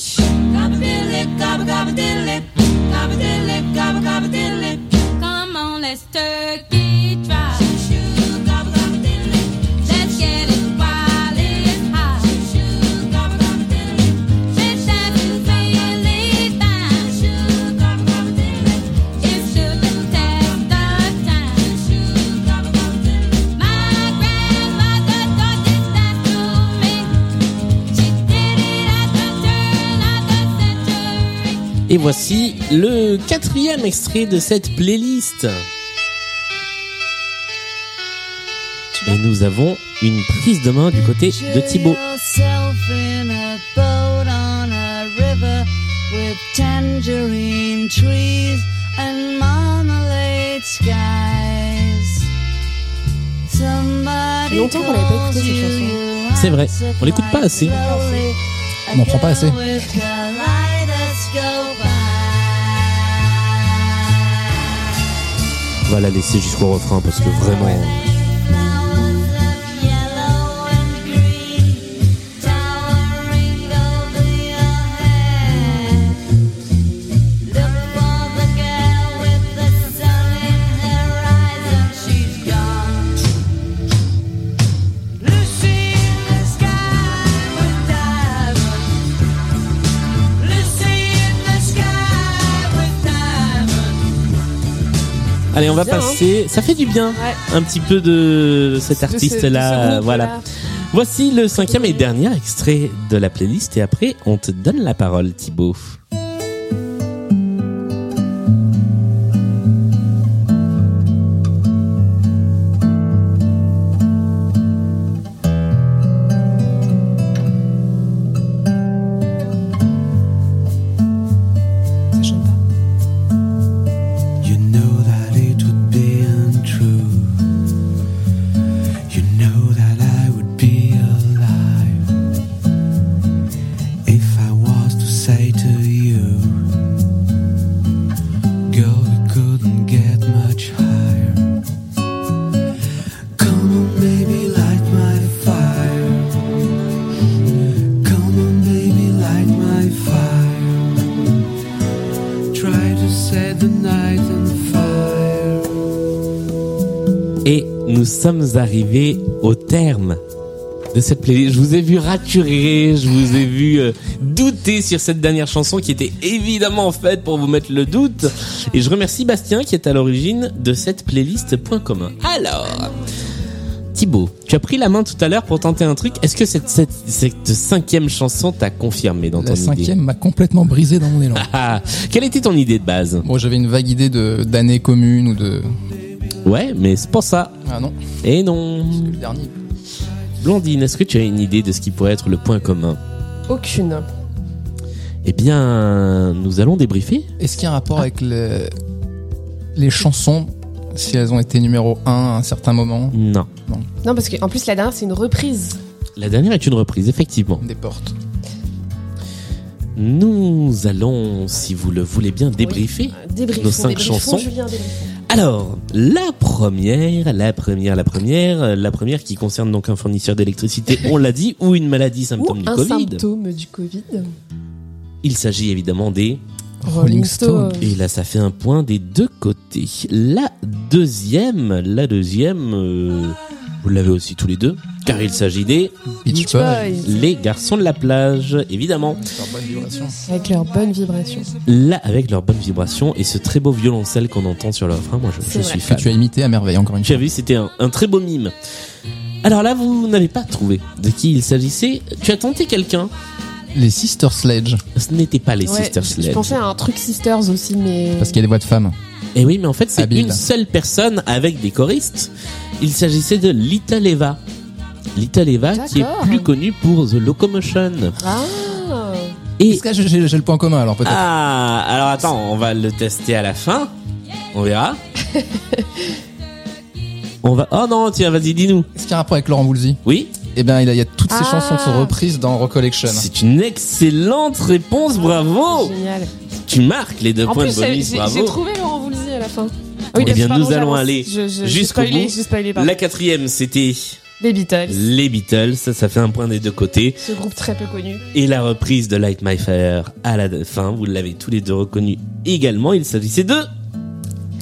Speaker 1: Et voici le quatrième extrait de cette playlist. Et nous avons une prise de main du côté de Thibaut.
Speaker 6: yourself in a boat on a river with tangerine trees and marmalade skies. Somebody
Speaker 10: Longtemps qu'on l'avait pas écouté, cette
Speaker 6: calls
Speaker 10: chanson.
Speaker 6: you
Speaker 1: C'est vrai, on l'écoute pas assez.
Speaker 6: slowly.
Speaker 3: On n'en prend pas assez.
Speaker 6: A girl with kaleidoscope eyes.
Speaker 1: On va la laisser jusqu'au refrain parce que vraiment.
Speaker 6: Flowers of yellow and green towering over your head. Look for the girl with the sun in her eyes, and she's gone. Lucy in the sky with diamonds. Lucy in the sky with diamonds.
Speaker 1: Allez, on va
Speaker 2: Bien, hein.
Speaker 1: passer. Ça fait du bien, un petit peu de cet
Speaker 2: De ce- de ce
Speaker 1: artiste-là. euh,
Speaker 2: groupe-là.
Speaker 1: voilà. Voici le cinquième et dernier extrait de la playlist et après on te donne la parole Thibaut.
Speaker 4: You know that it would be untrue. You know that I would be alive if I was to say to you, Girl, we couldn't get much higher. Come on, baby, light my fire. Come on, baby, light my fire try to set the night on fire.
Speaker 1: Et nous sommes arrivés au terme de cette playlist. Je vous ai vu raturer, je vous ai vu euh, douter sur cette dernière chanson qui était évidemment faite pour vous mettre le doute. Et je remercie Bastien qui est à l'origine de cette playlist point commun. Alors, Thibaut, tu as pris la main tout à l'heure pour tenter un truc. Est-ce que cette, cette, cette cinquième chanson t'a confirmé dans ton
Speaker 3: La cinquième
Speaker 1: idée
Speaker 3: m'a complètement brisé dans mon élan.
Speaker 1: Ah, Quelle était ton idée de base
Speaker 3: Bon, j'avais une vague idée de d'années communes ou de.
Speaker 1: Ouais, mais c'est pour ça.
Speaker 3: Ah non,
Speaker 1: Et non.
Speaker 3: c'est le dernier.
Speaker 1: Blondine, est-ce que tu as une idée de ce qui pourrait être le point commun
Speaker 2: Aucune.
Speaker 1: Eh bien, nous allons débriefer.
Speaker 3: Est-ce qu'il y a un rapport avec le- les chansons, si elles ont été numéro 1 à un certain moment
Speaker 1: Non.
Speaker 2: Non, parce qu'en plus, la dernière, c'est une reprise.
Speaker 1: La dernière est une reprise, effectivement.
Speaker 3: Des portes.
Speaker 1: Nous allons, si vous le voulez bien, débriefer.
Speaker 2: Débrief.
Speaker 1: Nos cinq chansons. Alors, la première, la première, la première, euh, la première qui concerne donc un fournisseur d'électricité, on l'a dit, ou une maladie
Speaker 2: Ou
Speaker 1: symptôme du
Speaker 2: un
Speaker 1: Covid.
Speaker 2: symptôme du Covid.
Speaker 1: Il s'agit évidemment des...
Speaker 3: Rolling Stone.
Speaker 1: Et là, ça fait un point des deux côtés. La deuxième, la deuxième, euh, vous l'avez aussi tous les deux, car il s'agit des...
Speaker 3: Beach
Speaker 2: Boys.
Speaker 3: Boys.
Speaker 1: Les garçons de la plage, évidemment.
Speaker 3: Leur bonne vibration.
Speaker 2: Avec leurs bonnes vibrations.
Speaker 1: Là, avec leurs bonnes vibrations et ce très beau violoncelle qu'on entend sur leur frein, moi je, je
Speaker 2: C'est
Speaker 1: suis
Speaker 2: vrai.
Speaker 3: Que
Speaker 1: fan.
Speaker 3: tu as imité à merveille, encore une
Speaker 1: Tu
Speaker 3: fois.
Speaker 1: as vu, c'était un, un très beau mime. Alors là, vous n'avez pas trouvé de qui il s'agissait. Tu as tenté quelqu'un.
Speaker 3: Les Sister Sledge,
Speaker 1: Ce n'était pas les
Speaker 2: Ouais,
Speaker 1: Sisters
Speaker 2: Je
Speaker 1: Sledge.
Speaker 2: pensais à un truc Sisters aussi, mais.
Speaker 3: parce qu'il y a des voix de femmes.
Speaker 1: Et Eh oui, mais en fait, c'est
Speaker 3: Habile.
Speaker 1: une seule personne avec des choristes. Il s'agissait de Little Eva. Little Eva qui est
Speaker 2: D'accord.
Speaker 1: plus connue pour The Locomotion.
Speaker 2: Ah
Speaker 1: Et
Speaker 3: Est-ce que j'ai j'ai- j'ai le point commun alors peut-être
Speaker 1: Ah, alors attends, on va le tester à la fin. On verra. on va. Oh non, tiens, vas-y, dis-nous.
Speaker 3: Est-ce qu'il y a un rapport avec Laurent Woolsey
Speaker 1: Oui,
Speaker 3: Eh bien, il y a, il y a toutes ces
Speaker 2: Ah.
Speaker 3: chansons sont reprises dans Recollection.
Speaker 1: c'est une excellente réponse, bravo.
Speaker 2: Génial.
Speaker 1: Tu marques les deux
Speaker 2: En
Speaker 1: Oh. points
Speaker 2: plus,
Speaker 1: de
Speaker 2: euh, j'ai
Speaker 1: bonus,
Speaker 2: j'ai- j'ai
Speaker 1: bravo.
Speaker 2: trouvé Laurent Voulzy à la fin. Ah
Speaker 1: Eh
Speaker 2: parce
Speaker 1: bien,
Speaker 2: que,
Speaker 1: nous
Speaker 2: pardon,
Speaker 1: allons
Speaker 2: j'avance.
Speaker 1: aller
Speaker 2: Je- je- j'ai
Speaker 1: jusqu'au
Speaker 2: spoilé,
Speaker 1: bout.
Speaker 2: j'ai spoilé, pardon.
Speaker 1: La quatrième, c'était
Speaker 2: Les Beatles,
Speaker 1: les Beatles. Ça, ça fait un point des deux côtés.
Speaker 2: ce groupe très peu connu.
Speaker 1: Et la reprise de Light My Fire à la fin, vous l'avez tous les deux reconnu également. Il s'agissait de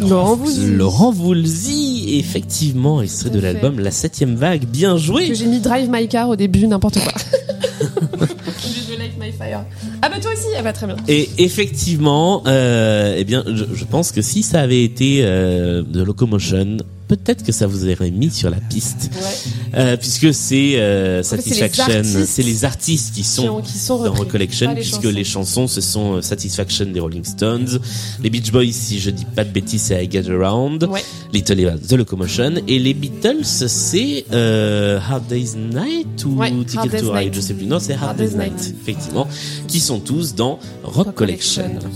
Speaker 2: Laurent Voulzy.
Speaker 1: Laurent Voulzy, effectivement, extrait
Speaker 2: Tout
Speaker 1: de
Speaker 2: à fait.
Speaker 1: l'album La Septième Vague. Bien joué.
Speaker 2: Que j'ai mis Drive My Car au début, n'importe quoi. Au lieu de Light My Fire. Ah bah toi aussi, ah bah très bien.
Speaker 1: Et effectivement, euh, eh bien, je, je pense que si ça avait été euh, de Locomotion, peut-être que ça vous aurait mis sur la piste,
Speaker 2: Ouais.
Speaker 1: Euh, puisque c'est euh,
Speaker 2: fait, c'est les
Speaker 1: Satisfaction,
Speaker 2: artistes
Speaker 1: c'est les artistes qui
Speaker 2: Qui, ont-
Speaker 1: sont
Speaker 2: qui sont
Speaker 1: dans
Speaker 2: repris.
Speaker 1: Recollection,
Speaker 2: Pas les
Speaker 1: puisque
Speaker 2: chansons.
Speaker 1: les chansons, ce sont euh, Satisfaction des Rolling Stones, les Beach Boys, si je dis pas de bêtises, c'est I Get Around,
Speaker 2: Ouais.
Speaker 1: Little Eva, The Locomotion, et les Beatles, c'est euh, Hard Day's Night ou
Speaker 2: Ouais, Hard
Speaker 1: Ticket
Speaker 2: Day's
Speaker 1: to Ride,
Speaker 2: Night.
Speaker 1: je sais plus. Non, c'est Hard,
Speaker 2: Hard
Speaker 1: Day's,
Speaker 2: Day's
Speaker 1: Night,
Speaker 2: Night.
Speaker 1: effectivement, qui sont tous dans Rock,
Speaker 2: Rock
Speaker 1: Collection.
Speaker 2: Collection.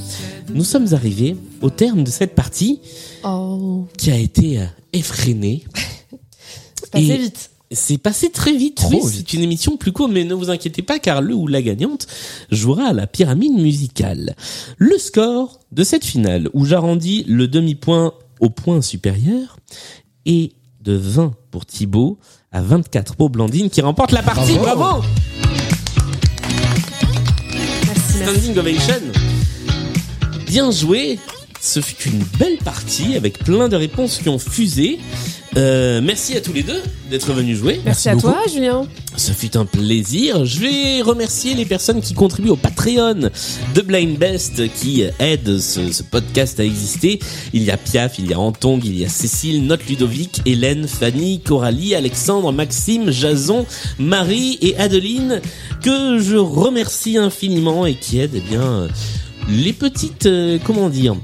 Speaker 1: Nous sommes arrivés au terme de cette partie
Speaker 2: Oh,
Speaker 1: qui a été euh, effrénée.
Speaker 2: c'est passé
Speaker 1: Et-
Speaker 2: vite.
Speaker 1: C'est passé très vite.
Speaker 3: Trop
Speaker 1: oui,
Speaker 3: vite.
Speaker 1: c'est une émission plus courte, mais ne vous inquiétez pas car le ou la gagnante jouera à la pyramide musicale. Le score de cette finale, où j'arrondis le demi-point au point supérieur, est de 20 pour Thibaut à 24 pour Blandine qui remporte la partie. Bravo,
Speaker 3: Bravo.
Speaker 2: Merci, merci.
Speaker 1: Standing ovation. Bien joué. Ce fut une belle partie avec plein de réponses qui ont fusé. Euh, merci à tous les deux d'être venus jouer.
Speaker 2: Merci, à
Speaker 3: beaucoup.
Speaker 2: toi, Julien.
Speaker 1: Ce fut un plaisir. Je vais remercier les personnes qui contribuent au Patreon de Blind Best qui aident ce, ce podcast à exister. Il y a Piaf, il y a Antong, il y a Cécile, Note Ludovic, Hélène, Fanny, Coralie, Alexandre, Maxime, Jason, Marie et Adeline que je remercie infiniment et qui aident eh bien les petites euh, comment dire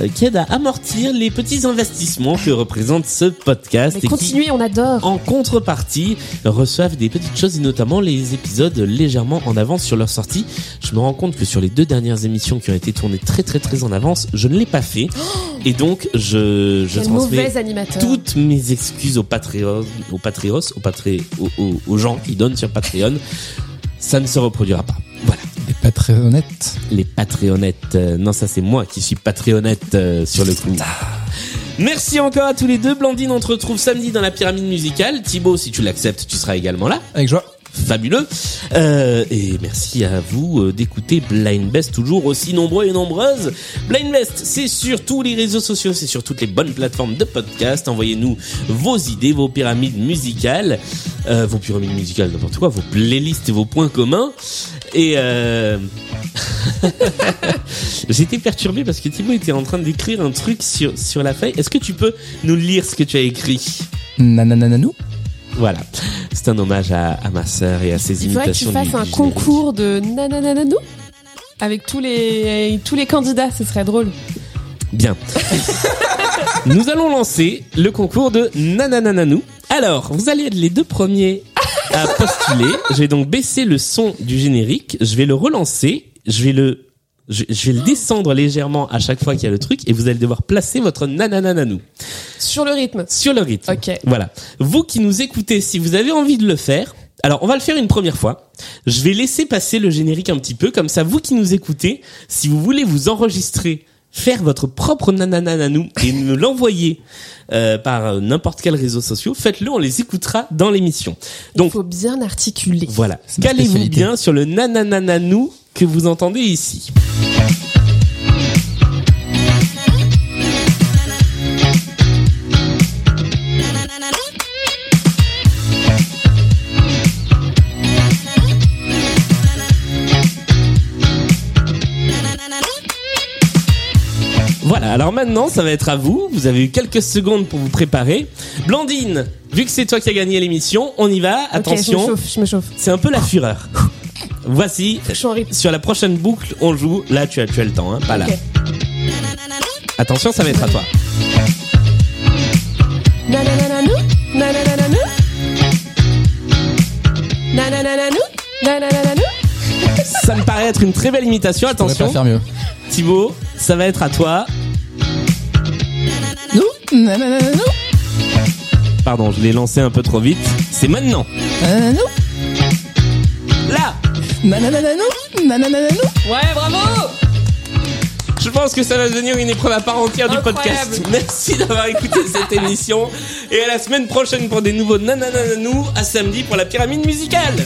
Speaker 1: euh, qui aident à amortir les petits investissements que représente ce podcast.
Speaker 10: Mais
Speaker 1: et qui-
Speaker 10: continuez, on adore.
Speaker 1: en contrepartie, reçoivent des petites choses et notamment les épisodes légèrement en avance sur leur sortie. Je me rends compte que sur les deux dernières émissions qui ont été tournées très très très en avance, je ne l'ai pas fait. Et donc, je, je
Speaker 10: Quel
Speaker 1: transmets
Speaker 10: mauvais animateur.
Speaker 1: toutes mes excuses aux Patreon, aux Patreons, aux, Patré- aux, aux- aux gens qui donnent sur Patreon. Ça ne se reproduira pas. Voilà.
Speaker 3: Et pas très honnête.
Speaker 1: Les Patreonnettes. Euh, non, ça c'est moi qui suis Patreonnette euh, sur le coup. Merci encore à tous les deux. Blandine, on te retrouve samedi dans la pyramide musicale. Thibaut, si tu l'acceptes, tu seras également là.
Speaker 3: Avec joie.
Speaker 1: Fabuleux. Euh, et merci à vous euh, d'écouter Blind Best, toujours aussi nombreux et nombreuses. Blind Best, c'est sur tous les réseaux sociaux, c'est sur toutes les bonnes plateformes de podcast. Envoyez-nous vos idées, vos pyramides musicales, euh, vos pyramides musicales, n'importe quoi, vos playlists et vos points communs. Et... Euh... J'étais perturbé parce que Thibaut était en train d'écrire un truc sur, sur la feuille. Est-ce que tu peux nous lire ce que tu as écrit
Speaker 3: Nananananou.
Speaker 1: Voilà. C'est un hommage à, à ma sœur et à ses
Speaker 10: Il faudrait que tu
Speaker 1: imitations.
Speaker 10: fasses
Speaker 1: du-
Speaker 10: un
Speaker 1: du générique.
Speaker 10: concours de nananananou avec tous les, tous les candidats, ce serait drôle.
Speaker 1: Bien. Nous allons lancer le concours de Nananananou. Alors, vous allez être les deux premiers à postuler. Je vais donc baisser le son du générique. Je vais le relancer. Je vais le, je, je vais le descendre légèrement à chaque fois qu'il y a le truc et vous allez devoir placer votre Nananananou
Speaker 10: Sur le rythme.
Speaker 1: sur le rythme.
Speaker 10: Ok.
Speaker 1: Voilà. Vous qui nous écoutez, si vous avez envie de le faire, alors on va le faire une première fois. Je vais laisser passer le générique un petit peu, comme ça vous qui nous écoutez, si vous voulez vous enregistrer, faire votre propre nananananou et nous l'envoyer euh, par euh, n'importe quel réseau social, faites-le, on les écoutera dans l'émission.
Speaker 10: Il
Speaker 1: Donc
Speaker 10: faut bien articuler.
Speaker 1: voilà,
Speaker 3: C'est ma
Speaker 1: calez-vous
Speaker 3: spécialité.
Speaker 1: bien sur le nananananou que vous entendez ici. Voilà, alors maintenant, ça va être à vous. Vous avez eu quelques secondes pour vous préparer. Blandine, vu que c'est toi qui as gagné l'émission, on y va.
Speaker 10: Ok, je me
Speaker 1: Attention,
Speaker 10: chauffe, je me chauffe.
Speaker 1: c'est un peu la fureur. Voici,
Speaker 10: Je suis en rythme.
Speaker 1: sur la prochaine boucle, on joue. Là, tu as, tu as le temps, hein, pas là.
Speaker 10: Ok.
Speaker 1: Attention, ça va être à toi.
Speaker 10: Nananananou Nananananou Nananananou Nananananou
Speaker 1: Ça me paraît être une très belle imitation.
Speaker 3: On pourrait pas
Speaker 1: Attention,
Speaker 3: faire mieux.
Speaker 1: Thibaut, ça va être à toi.
Speaker 3: Nous. Nananananou.
Speaker 1: Pardon, je l'ai lancé un peu trop vite. C'est maintenant.
Speaker 10: Euh,
Speaker 3: Nanananou.
Speaker 1: Là,
Speaker 3: Nananananou. Nananananou.
Speaker 10: Ouais, bravo
Speaker 1: Je pense que ça va devenir une épreuve à part entière du
Speaker 10: Incroyable.
Speaker 1: podcast. Merci d'avoir écouté cette émission. Et à la semaine prochaine pour des nouveaux Nananananou. À samedi pour la pyramide musicale.